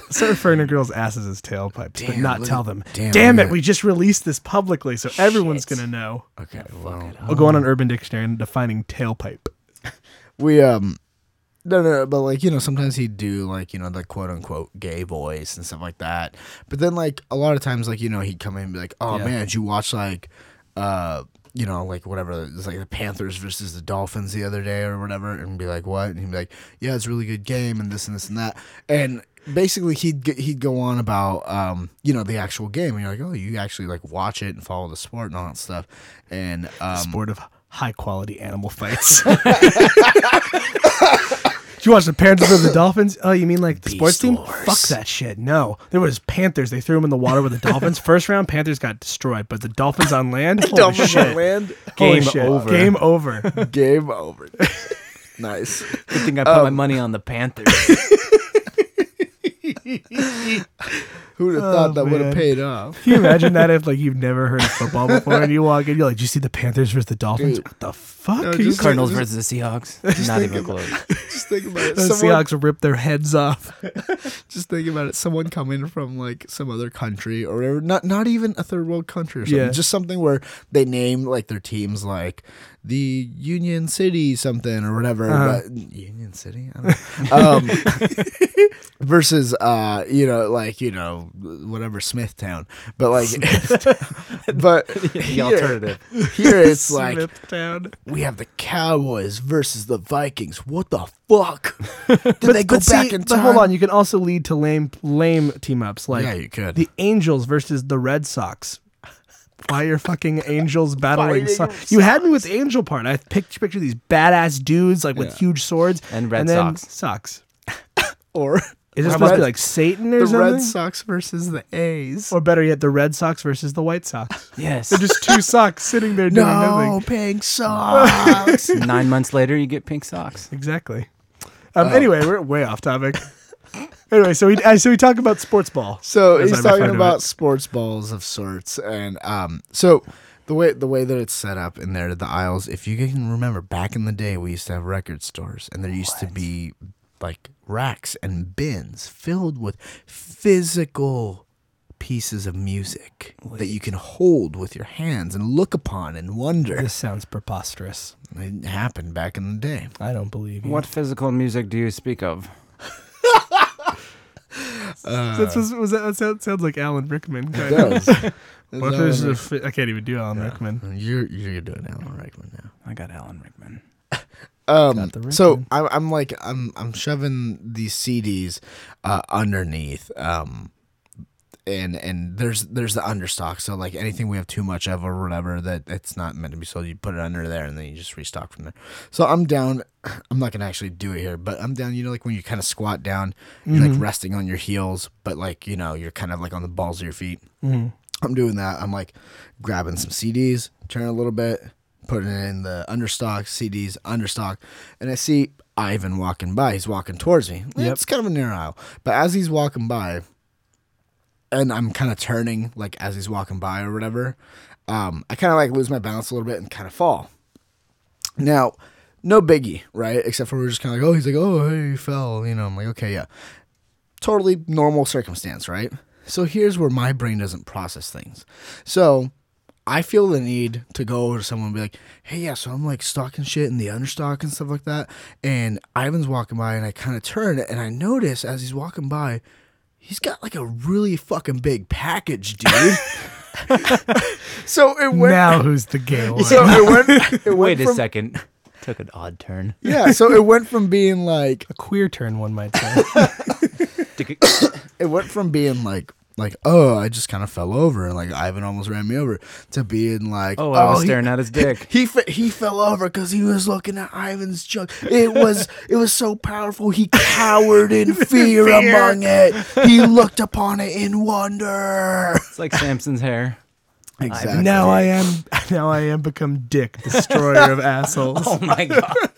Speaker 2: Start referring to girls' asses as tailpipes, but
Speaker 3: Damn,
Speaker 2: not
Speaker 3: look
Speaker 2: tell
Speaker 3: at-
Speaker 2: them. Damn,
Speaker 3: damn,
Speaker 2: it,
Speaker 3: look at-
Speaker 2: we just released this publicly, so everyone's gonna know.
Speaker 3: okay. Well,
Speaker 2: I'll go on an Urban Dictionary and defining tailpipe.
Speaker 3: we um no, no no but like you know sometimes he'd do like you know the quote unquote gay voice and stuff like that but then like a lot of times like you know he'd come in and be like oh man did you watch like uh you know like whatever it's like the panthers versus the dolphins the other day or whatever and be like what and he'd be like yeah it's a really good game and this and this and that and basically he'd g- he'd go on about um you know the actual game and you're like oh you actually like watch it and follow the sport and all that stuff and um
Speaker 2: Sport of high quality animal fights. Did you watch the Panthers of the Dolphins? Oh, you mean like the sports team? Fuck that shit. No, there was Panthers. They threw them in the water with the Dolphins. First round, Panthers got destroyed, but the Dolphins on land. Holy
Speaker 3: Dolphins
Speaker 2: shit.
Speaker 3: on land
Speaker 2: Holy
Speaker 4: Game
Speaker 2: shit.
Speaker 4: over.
Speaker 2: Game over.
Speaker 3: game over nice
Speaker 4: Good thing I put my money on the Panthers.
Speaker 3: Who would have
Speaker 2: Oh,
Speaker 3: thought that would
Speaker 2: man.
Speaker 3: have paid off?
Speaker 2: Can you imagine that if like you've never heard of football before and you walk in, you're like, "Do you see the Panthers versus the Dolphins?
Speaker 3: Dude.
Speaker 2: what the fuck?"
Speaker 3: No,
Speaker 2: Are you
Speaker 3: just-
Speaker 4: Cardinals versus the Seahawks. Not even
Speaker 3: think
Speaker 4: close.
Speaker 3: Just think about it.
Speaker 2: the
Speaker 3: Someone,
Speaker 2: Seahawks rip their heads off.
Speaker 3: just think about it. Someone coming from like some other country or whatever. Not not even a third world country or something.
Speaker 2: Yeah.
Speaker 3: Just something where they name like their teams like the Union City something or whatever.
Speaker 2: Uh-huh.
Speaker 3: But Union City, I don't know. Um, versus uh, you know, like you know, whatever Smithtown. But like, but
Speaker 4: The
Speaker 3: here-
Speaker 4: alternative.
Speaker 3: Here it's like
Speaker 2: Smithtown.
Speaker 3: we have the Cowboys versus the Vikings. What the fuck? Did they go
Speaker 2: But
Speaker 3: back
Speaker 2: see,
Speaker 3: in time?
Speaker 2: but hold on, you can also lead to lame lame team ups like
Speaker 3: Yeah, you could.
Speaker 2: the Angels versus the Red Sox. Why are fucking angels battling?
Speaker 3: Fighting
Speaker 2: So- you had me with angel part. I picture, picture these badass dudes like with huge swords
Speaker 4: And Red
Speaker 2: then
Speaker 4: Sox.
Speaker 2: Sox.
Speaker 3: or
Speaker 2: Is it
Speaker 3: How
Speaker 2: supposed to
Speaker 3: about
Speaker 2: be like Satan or
Speaker 3: the
Speaker 2: something?
Speaker 3: Red Sox versus the A's?
Speaker 2: Or better yet, the Red Sox versus the White Sox.
Speaker 4: Yes.
Speaker 2: They're just two socks sitting there doing nothing.
Speaker 3: no, pink socks.
Speaker 4: Nine months later, you get pink socks.
Speaker 2: Exactly. Um, Anyway, we're way off topic. anyway, so we uh, so we talk about sports ball.
Speaker 3: So
Speaker 2: as I
Speaker 3: he's
Speaker 2: refer
Speaker 3: talking
Speaker 2: to it.
Speaker 3: about sports balls of sorts, and um, so the way the way that it's set up in there, the aisles. If you can remember, back in the day, we used to have record stores, and there used to be like racks and bins filled with physical pieces of music that you can hold with your hands and look upon and wonder.
Speaker 2: This sounds preposterous.
Speaker 3: It happened back in the day.
Speaker 2: I don't believe you.
Speaker 4: What physical music do you speak of?
Speaker 2: That's, was, was that, that sound- sounds like Alan Rickman. Kind of.
Speaker 3: Does.
Speaker 2: What if there's a fi- I can't even do Alan Rickman.
Speaker 3: Mm, you're you're doing Alan Rickman now.
Speaker 4: I got Alan Rickman.
Speaker 3: Um,
Speaker 2: the
Speaker 3: so
Speaker 2: ribbon.
Speaker 3: I'm, I'm like I'm I'm shoving these CDs uh, underneath, um, and and there's there's the understock. So like anything we have too much of or whatever that it's not meant to be sold, you put it under there and then you just restock from there. So I'm down. I'm not gonna actually do it here, but I'm down. You know, like when you kind of squat down, you're
Speaker 4: Mm-hmm.
Speaker 3: like resting on your heels, but like you know you're kind of like on the balls of your feet.
Speaker 4: Mm-hmm.
Speaker 3: I'm doing that. I'm like grabbing some CDs, turning a little bit, putting it in the understock, CDs, understock, and I see Ivan walking by. He's walking towards me. It's kind of a near aisle. But as he's walking by, and I'm kind of turning like as he's walking by or whatever, um, I kind of like lose my balance a little bit and kind of fall. Now, no biggie, right? Except for we're just kind of like, oh, he's like, oh, hey, you fell. You know, I'm like, okay, yeah totally normal circumstance, right? So here's where my brain doesn't process things. So I feel the need to go over to someone and be like, hey, yeah, so I'm like stalking shit in the understock and stuff like that. And Ivan's walking by and I kind of turn and I notice as he's walking by, he's got like a really fucking big package, dude. so it went.
Speaker 2: Now who's the gay one?
Speaker 3: So it went. It went
Speaker 4: Wait a
Speaker 3: from-
Speaker 4: second. Took an odd turn.
Speaker 3: Yeah, so it went from being like
Speaker 2: a queer turn, one might say.
Speaker 3: it went from being like like oh I just kind of fell over and like Ivan almost ran me over to being like
Speaker 4: Oh, I was
Speaker 3: he-
Speaker 4: staring at his dick.
Speaker 3: He fe- he fell over because he was looking at Ivan's junk. It was it was so powerful. He cowered in fear, among it. He looked upon it in wonder.
Speaker 4: It's like Samson's hair.
Speaker 3: Exactly.
Speaker 2: now I am. Now I am become Dick, destroyer of assholes.
Speaker 4: Oh my god.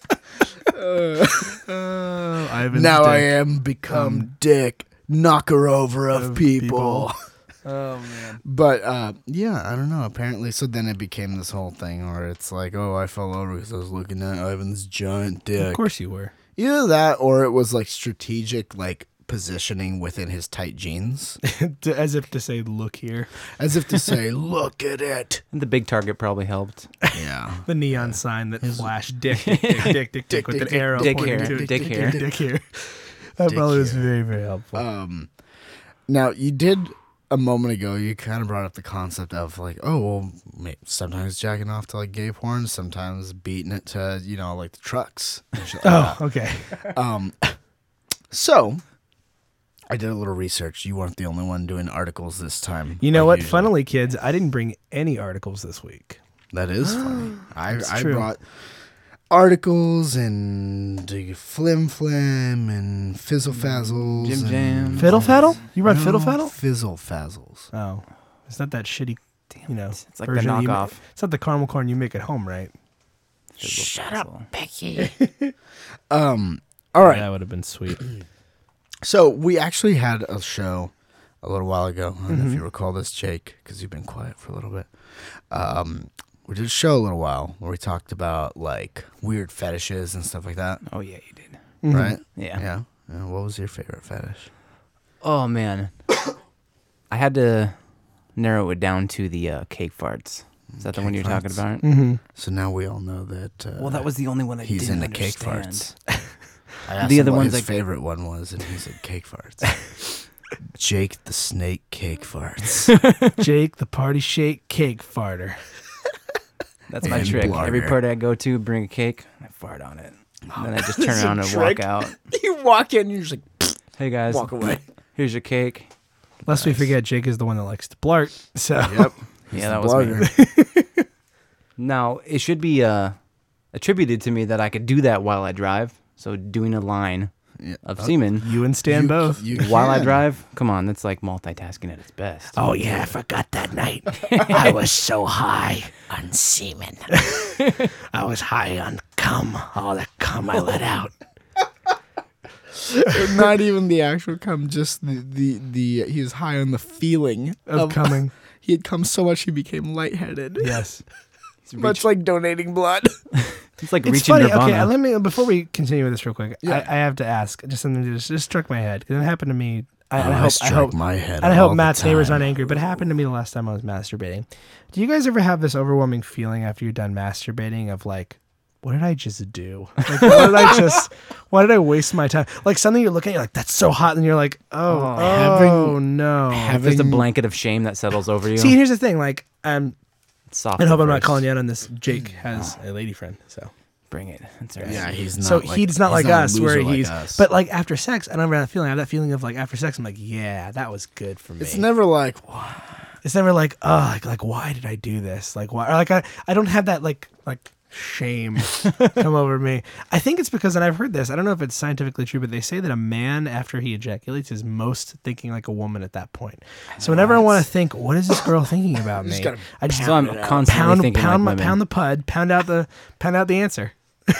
Speaker 2: Oh, Ivan's
Speaker 3: now I
Speaker 2: dick. Um,
Speaker 3: am become Dick, knocker over of, people.
Speaker 2: people. Oh,
Speaker 3: But uh, yeah, I don't know. Apparently, so then it became this whole thing where it's like, oh, I fell over because I was looking at Ivan's giant dick.
Speaker 2: Of course you were.
Speaker 3: Either that, or it was like strategic, like positioning within his tight jeans,
Speaker 2: As if to say, look here.
Speaker 3: as if to say, "Look at it."
Speaker 4: And the big target probably helped.
Speaker 3: Yeah.
Speaker 2: The neon sign that flashed dick, dick, dick, dick, dick, dick, with
Speaker 3: dick,
Speaker 2: an arrow
Speaker 4: dick
Speaker 2: pointing
Speaker 4: hair,
Speaker 2: to it.
Speaker 4: dick hair.
Speaker 2: dick here. Uh, That probably was very, very helpful.
Speaker 3: Um. Now you did a moment ago. You kind of brought up the concept of like, oh, well, ma- sometimes jacking off to like gay porn, sometimes beating it to you know like the trucks. and shit like
Speaker 2: oh, okay.
Speaker 3: So, I did a little research. You weren't the only one doing articles this time.
Speaker 2: You know what?
Speaker 3: like usual.
Speaker 2: Funnily, kids, I didn't bring any articles this week.
Speaker 3: That is funny. I, I
Speaker 2: true.
Speaker 3: brought articles and flim flam and fizzle fazzles.
Speaker 4: Jim
Speaker 3: and-
Speaker 4: Jam.
Speaker 2: Fiddle faddle? You run
Speaker 3: No,
Speaker 2: Mm. fiddle faddle?
Speaker 3: Fizzle fazzles.
Speaker 2: Oh, it's not that shitty. you know,
Speaker 4: It's like the
Speaker 2: version you ma-
Speaker 4: knockoff.
Speaker 2: it's not the caramel corn you make at home, right?
Speaker 4: Shut up.
Speaker 3: Um. All right.
Speaker 2: That would have been sweet.
Speaker 3: So we actually had a show a little while ago. I don't
Speaker 4: Mm-hmm.
Speaker 3: know if you recall this, Jake, because you've been quiet for a little bit. Um, we did a show a little while where we talked about like weird fetishes and stuff like that,
Speaker 4: Oh yeah, you did.
Speaker 3: right?
Speaker 4: Yeah.
Speaker 3: yeah. Yeah. What was your favorite fetish?
Speaker 4: Oh man. I had to narrow it down to the uh, cake farts. Is that the one you're talking about?
Speaker 3: So now we all know that. Uh,
Speaker 4: Well, that was the only one I
Speaker 3: Mm-hmm. He's
Speaker 4: didn't
Speaker 3: into cake
Speaker 4: understand.
Speaker 3: farts. I asked
Speaker 4: The
Speaker 3: him
Speaker 4: other
Speaker 3: what
Speaker 4: one's
Speaker 3: his
Speaker 4: like-
Speaker 3: favorite one was, and he said cake farts. Jake the snake cake farts.
Speaker 2: Jake, the party shake cake farter.
Speaker 4: That's my
Speaker 3: And
Speaker 4: trick. Every
Speaker 3: blogger.
Speaker 4: party I go to, bring a cake, I fart on it. And then I just turn around and
Speaker 3: Oh, trick.
Speaker 4: walk out.
Speaker 3: you walk in, you're just like
Speaker 4: Hey guys,
Speaker 3: walk away.
Speaker 4: here's your cake.
Speaker 2: Lest we forget, Jake is the one that likes to blart. So
Speaker 3: Yep.
Speaker 4: yeah, that was me. Now it should be uh, attributed to me that I could do that while I drive. So doing a line
Speaker 3: Yeah.
Speaker 4: of semen
Speaker 2: you and Stan both.
Speaker 4: while I drive. Come on, that's like multitasking at its best.
Speaker 3: Uh,
Speaker 6: Oh, yeah, I forgot that night. I was so high.
Speaker 5: on semen.
Speaker 6: I was high on cum, all the cum I let out.
Speaker 3: Not even the actual cum, just the, the, the he was high on the feeling
Speaker 2: Of coming.
Speaker 3: He had come so much he became lightheaded.
Speaker 2: Yes.
Speaker 3: Much like donating blood.
Speaker 4: It's like
Speaker 2: It's
Speaker 4: reaching
Speaker 2: funny.
Speaker 4: nirvana.
Speaker 2: Okay, let me before we continue with this real quick.
Speaker 3: Yeah.
Speaker 2: I, I have to ask just something that just, just struck my head 'cause it happened to me. I, and Oh, I
Speaker 3: I
Speaker 2: hope I
Speaker 3: strike
Speaker 2: hope
Speaker 3: my head
Speaker 2: and I hope
Speaker 3: all the
Speaker 2: Matt's neighbor's not
Speaker 3: time.
Speaker 2: angry, but it happened to me the last time I was masturbating. Do you guys ever have this overwhelming feeling after you're done masturbating of like, what did I just do? Like, what did I just? Why did I waste my time? Like something you're looking at, you're like that's so hot, and you're like, oh, oh,
Speaker 3: having-
Speaker 2: no.
Speaker 4: There's a blanket of shame that settles over you.
Speaker 2: See, here's the thing. Like, I'm.
Speaker 4: It's soft
Speaker 2: I
Speaker 4: at
Speaker 2: hope I'm not
Speaker 4: first.
Speaker 2: calling you out on this. Jake has a lady friend, so
Speaker 4: Bring it. That's right.
Speaker 3: Yeah, he's not.
Speaker 2: so
Speaker 3: like,
Speaker 2: he's not like
Speaker 3: a
Speaker 2: us,
Speaker 3: loser
Speaker 2: where
Speaker 3: like
Speaker 2: he's.
Speaker 3: us.
Speaker 2: But like after sex, I don't have that feeling. I have that feeling of like after sex, I'm like, yeah, that was good for me.
Speaker 3: it's never like "Wow,
Speaker 2: it's never like oh like, like why did i do this like why or like i, I don't have that like like shame come over me i think it's because and i've heard this i don't know if it's scientifically true but they say that a man after he ejaculates is most thinking like a woman at that point so whenever i want to think what is this girl thinking about me
Speaker 3: gotta
Speaker 2: i just
Speaker 4: So I'm constantly
Speaker 2: pound
Speaker 4: thinking
Speaker 2: pound
Speaker 4: like
Speaker 2: my,
Speaker 4: women.
Speaker 2: pound the pud pound out the pound out the answer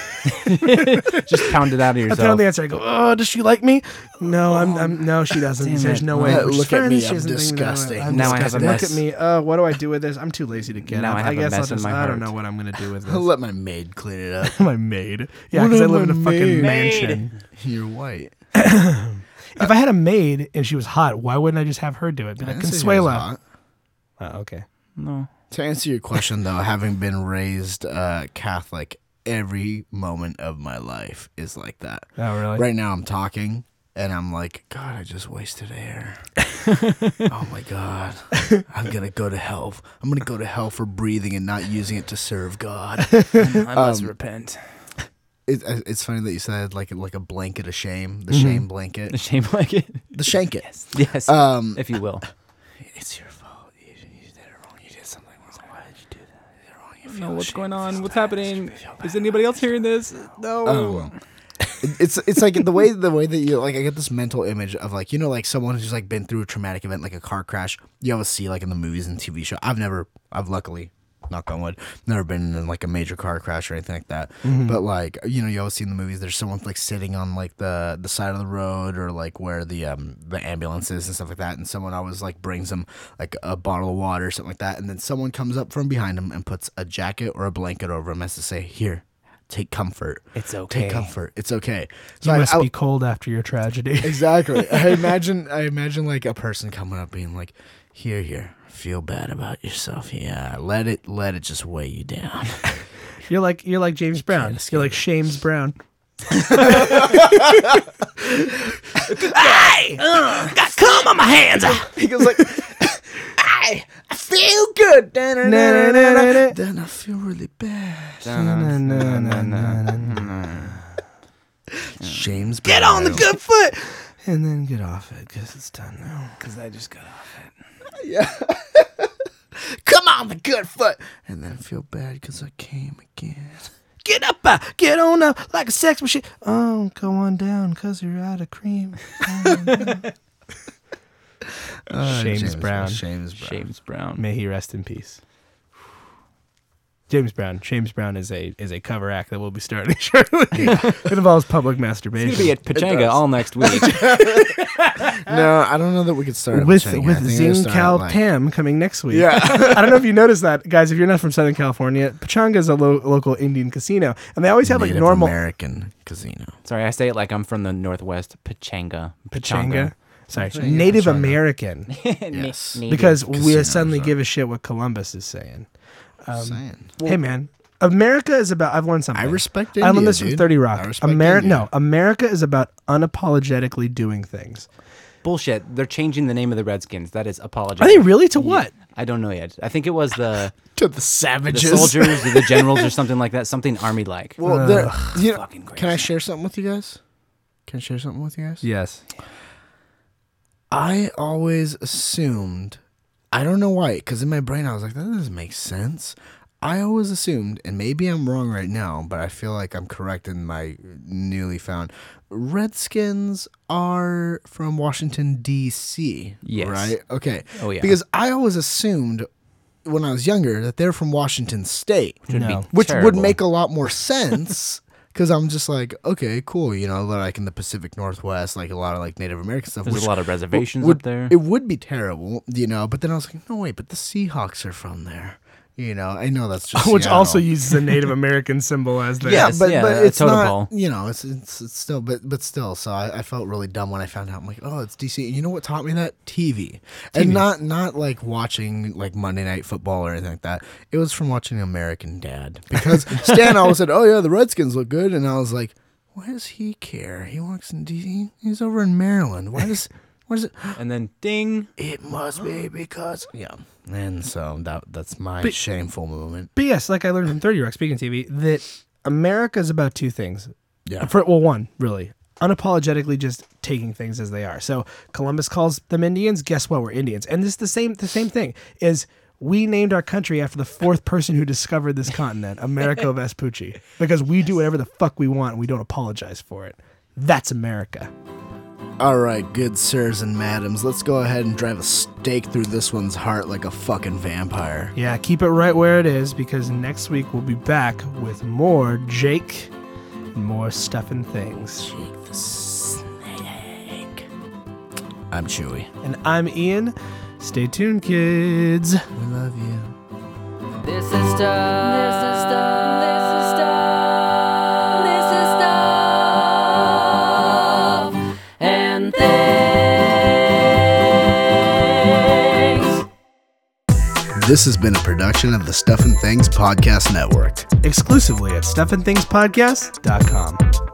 Speaker 4: Just pound it out
Speaker 2: I pound
Speaker 4: of yourself.
Speaker 2: the answer. I go. Oh, does she like me? No, I'm. I'm. No, she doesn't.
Speaker 4: damn
Speaker 2: There's
Speaker 4: it.
Speaker 2: no way.
Speaker 3: Uh,
Speaker 2: We're
Speaker 3: look at
Speaker 2: friends.
Speaker 3: me,
Speaker 2: She
Speaker 3: I'm
Speaker 2: doesn't think that
Speaker 3: disgusting.
Speaker 2: I'm
Speaker 4: Now I have a
Speaker 2: disgusting.
Speaker 4: mess.
Speaker 2: Look at me. Uh, what do I do with this? I'm too lazy to get
Speaker 4: Now
Speaker 2: up.
Speaker 4: I have a
Speaker 2: guess I'll
Speaker 4: mess in
Speaker 2: just.
Speaker 4: my
Speaker 2: I don't
Speaker 4: heart.
Speaker 2: know what I'm gonna do with
Speaker 3: I'll
Speaker 2: this.
Speaker 3: let my maid clean it up.
Speaker 2: my maid. Yeah,
Speaker 3: What
Speaker 2: because I
Speaker 3: am
Speaker 2: live in a
Speaker 3: I
Speaker 2: fucking
Speaker 3: maid?
Speaker 2: mansion.
Speaker 3: You're white.
Speaker 2: If I had a maid and she was hot, why wouldn't I just have her do it? Be
Speaker 3: I
Speaker 2: like
Speaker 3: didn't say he was
Speaker 2: Consuela.
Speaker 3: hot.
Speaker 2: Oh, okay.
Speaker 4: No.
Speaker 3: To answer your question, though, having been raised uh, Catholic, every moment of my life is like that.
Speaker 2: Oh, really?
Speaker 3: Right now, I'm talking and I'm like, God, I just wasted air. oh my God. I'm going to go to hell. I'm going to go to hell for breathing and not using it to serve God.
Speaker 4: I must
Speaker 2: Um,
Speaker 4: repent.
Speaker 3: It, uh, it's funny that you said like like a blanket of shame, Mm-hmm. the shame blanket,
Speaker 4: Shame like it.
Speaker 3: the shank it.
Speaker 4: Yes.
Speaker 2: Uh,
Speaker 3: Um,
Speaker 4: if you will.
Speaker 3: It's your fault. You, you did it wrong. You did something wrong. Why did you do that? You did it wrong. You
Speaker 4: know
Speaker 3: feel
Speaker 4: what's
Speaker 3: shame.
Speaker 4: going
Speaker 3: You
Speaker 4: on.
Speaker 3: feel
Speaker 4: What's
Speaker 3: bad.
Speaker 4: happening?
Speaker 3: You feel
Speaker 4: Is
Speaker 3: bad.
Speaker 4: anybody else hearing this? No.
Speaker 3: Oh, well. It- it's it's like the way the way that you like I get this mental image of like you know like someone who's like been through a traumatic event like a car crash you always see like in the movies and TV show I've never I've luckily knock on wood never been in like a major car crash or anything like that but like you know you always see in the movies there's someone like sitting on like the the side of the road or like where the um the ambulance is and stuff like that and someone always like brings them like a bottle of water or something like that and then someone comes up from behind them and puts a jacket or a blanket over them as to say here take comfort
Speaker 4: It's okay.
Speaker 3: take comfort it's okay
Speaker 2: You
Speaker 3: so I,
Speaker 2: must
Speaker 3: I-
Speaker 2: be cold after your tragedy.
Speaker 3: exactly i imagine i imagine like a person coming up being like here here feel bad about yourself yeah let it let it just weigh you down
Speaker 2: You're like you're like James Brown. You're like Shames Brown.
Speaker 6: Got cum on my hands.
Speaker 3: he goes like i i feel good then i feel really bad james get on the good foot
Speaker 2: And then get off it because it's done now. Because I just got off.
Speaker 3: come on the good foot and then feel bad because i came again
Speaker 2: Get up, uh, get on up like a sex machine. Oh, go on down because you're out of cream.
Speaker 3: Uh,
Speaker 2: James Brown.
Speaker 3: james brown
Speaker 4: James Brown.
Speaker 2: May he rest in peace. James Brown. James Brown is a is a cover act that we'll be starting shortly. it involves public masturbation.
Speaker 4: It's gonna be at Pachanga all next week.
Speaker 3: no i don't know that we could start at
Speaker 2: with
Speaker 3: Pachanga. I
Speaker 2: with
Speaker 3: think we
Speaker 2: Zing
Speaker 3: gotta start at,
Speaker 2: Cal
Speaker 3: like-
Speaker 2: Tam coming next week.
Speaker 3: Yeah.
Speaker 2: I don't know if you noticed that, guys. If you're not from Southern California, Pachanga is a lo- local Indian casino, and they always have like
Speaker 3: Native
Speaker 2: normal
Speaker 3: American casino.
Speaker 4: Sorry, I say it like I'm from the Northwest. Pachanga.
Speaker 2: Pachanga. Sorry,
Speaker 3: Pachanga,
Speaker 2: Native
Speaker 3: Pachanga.
Speaker 2: American.
Speaker 3: Yes.
Speaker 2: because we
Speaker 3: Casino,
Speaker 2: suddenly
Speaker 3: sorry.
Speaker 2: give a shit what Columbus is saying. Um,
Speaker 3: Saying.
Speaker 2: hey man, America is about. I've learned something.
Speaker 3: I respect
Speaker 2: I learned
Speaker 3: India,
Speaker 2: this from
Speaker 3: dude.
Speaker 2: Thirty
Speaker 3: I
Speaker 2: Rock.
Speaker 3: respect
Speaker 2: America,
Speaker 3: India.
Speaker 2: no, America is about unapologetically doing things.
Speaker 4: Bullshit. They're changing the name of the Redskins. That is apologetic.
Speaker 2: Are they really to what?
Speaker 4: I don't know yet. I think it was the
Speaker 3: to the
Speaker 4: the
Speaker 3: savages.
Speaker 4: soldiers or the generals or something like that. Something army like.
Speaker 3: Well, they're- you know-
Speaker 4: fucking
Speaker 3: can I share something with you guys? Can I share something with you guys?
Speaker 2: Yes.
Speaker 3: I always assumed, I don't know why, because in my brain I was like, that doesn't make sense. I always assumed, and maybe I'm wrong right now, but I feel like I'm correct in my newly found. Redskins are from Washington D.C.
Speaker 4: Yes.
Speaker 3: right? Okay.
Speaker 4: Oh, yeah.
Speaker 3: Because I always assumed when I was younger that they're from Washington State,
Speaker 4: Should be
Speaker 2: No.
Speaker 3: which would
Speaker 4: terrible.
Speaker 3: make a lot more sense because I'm just like, okay, cool. You know, like in the Pacific Northwest, like a lot of like Native American stuff.
Speaker 4: There's
Speaker 3: which
Speaker 4: a lot of reservations
Speaker 3: would,
Speaker 4: up there.
Speaker 3: It would be terrible, you know. But then I was like, no wait, but the Seahawks are from there. You know, I know that's just
Speaker 2: Which
Speaker 3: Seattle.
Speaker 2: also uses a Native American symbol as their
Speaker 3: Yeah,
Speaker 4: Yes,
Speaker 3: but,
Speaker 4: yeah,
Speaker 3: but
Speaker 4: a
Speaker 3: it's
Speaker 4: totem
Speaker 3: not.
Speaker 4: pole.
Speaker 3: You know, it's, it's it's still, but but still. So I, I felt really dumb when I found out. I'm like, oh, it's DC. You know what taught me that TV, and not not like watching like Monday Night Football or anything like that. It was from watching American Dad because Stan always said, oh yeah, the Redskins look good, and I was like, why does he care? He works in DC. He's over in Maryland. Why does why does it?
Speaker 4: and then ding.
Speaker 3: It must be because yeah. And so that that's my shameful moment.
Speaker 2: But yes, like I learned from 30 Rock Speaking TV, that America is about two things.
Speaker 3: Yeah.
Speaker 2: For, well, one, really. Unapologetically just taking things as they are. So Columbus calls them Indians. Guess what? We're Indians. And this is the same the same thing is we named our country after the fourth person who discovered this continent, Americo Vespucci. Because we do whatever the fuck we want and we don't apologize for it. That's America.
Speaker 3: All right, good sirs and madams, let's go ahead and drive a stake through this one's heart like a fucking vampire.
Speaker 2: Yeah, keep it right where it is because next week we'll be back with more Jake and more stuff and things.
Speaker 3: I'm Chewy.
Speaker 2: And I'm Ian. Stay tuned, kids.
Speaker 3: We love you.
Speaker 1: This is stuff. This is stuff. This is stuff. This is stuff. And things.
Speaker 3: This has been a production of the Stuff and Things Podcast Network.
Speaker 2: Exclusively at stuffandthingspodcast.com.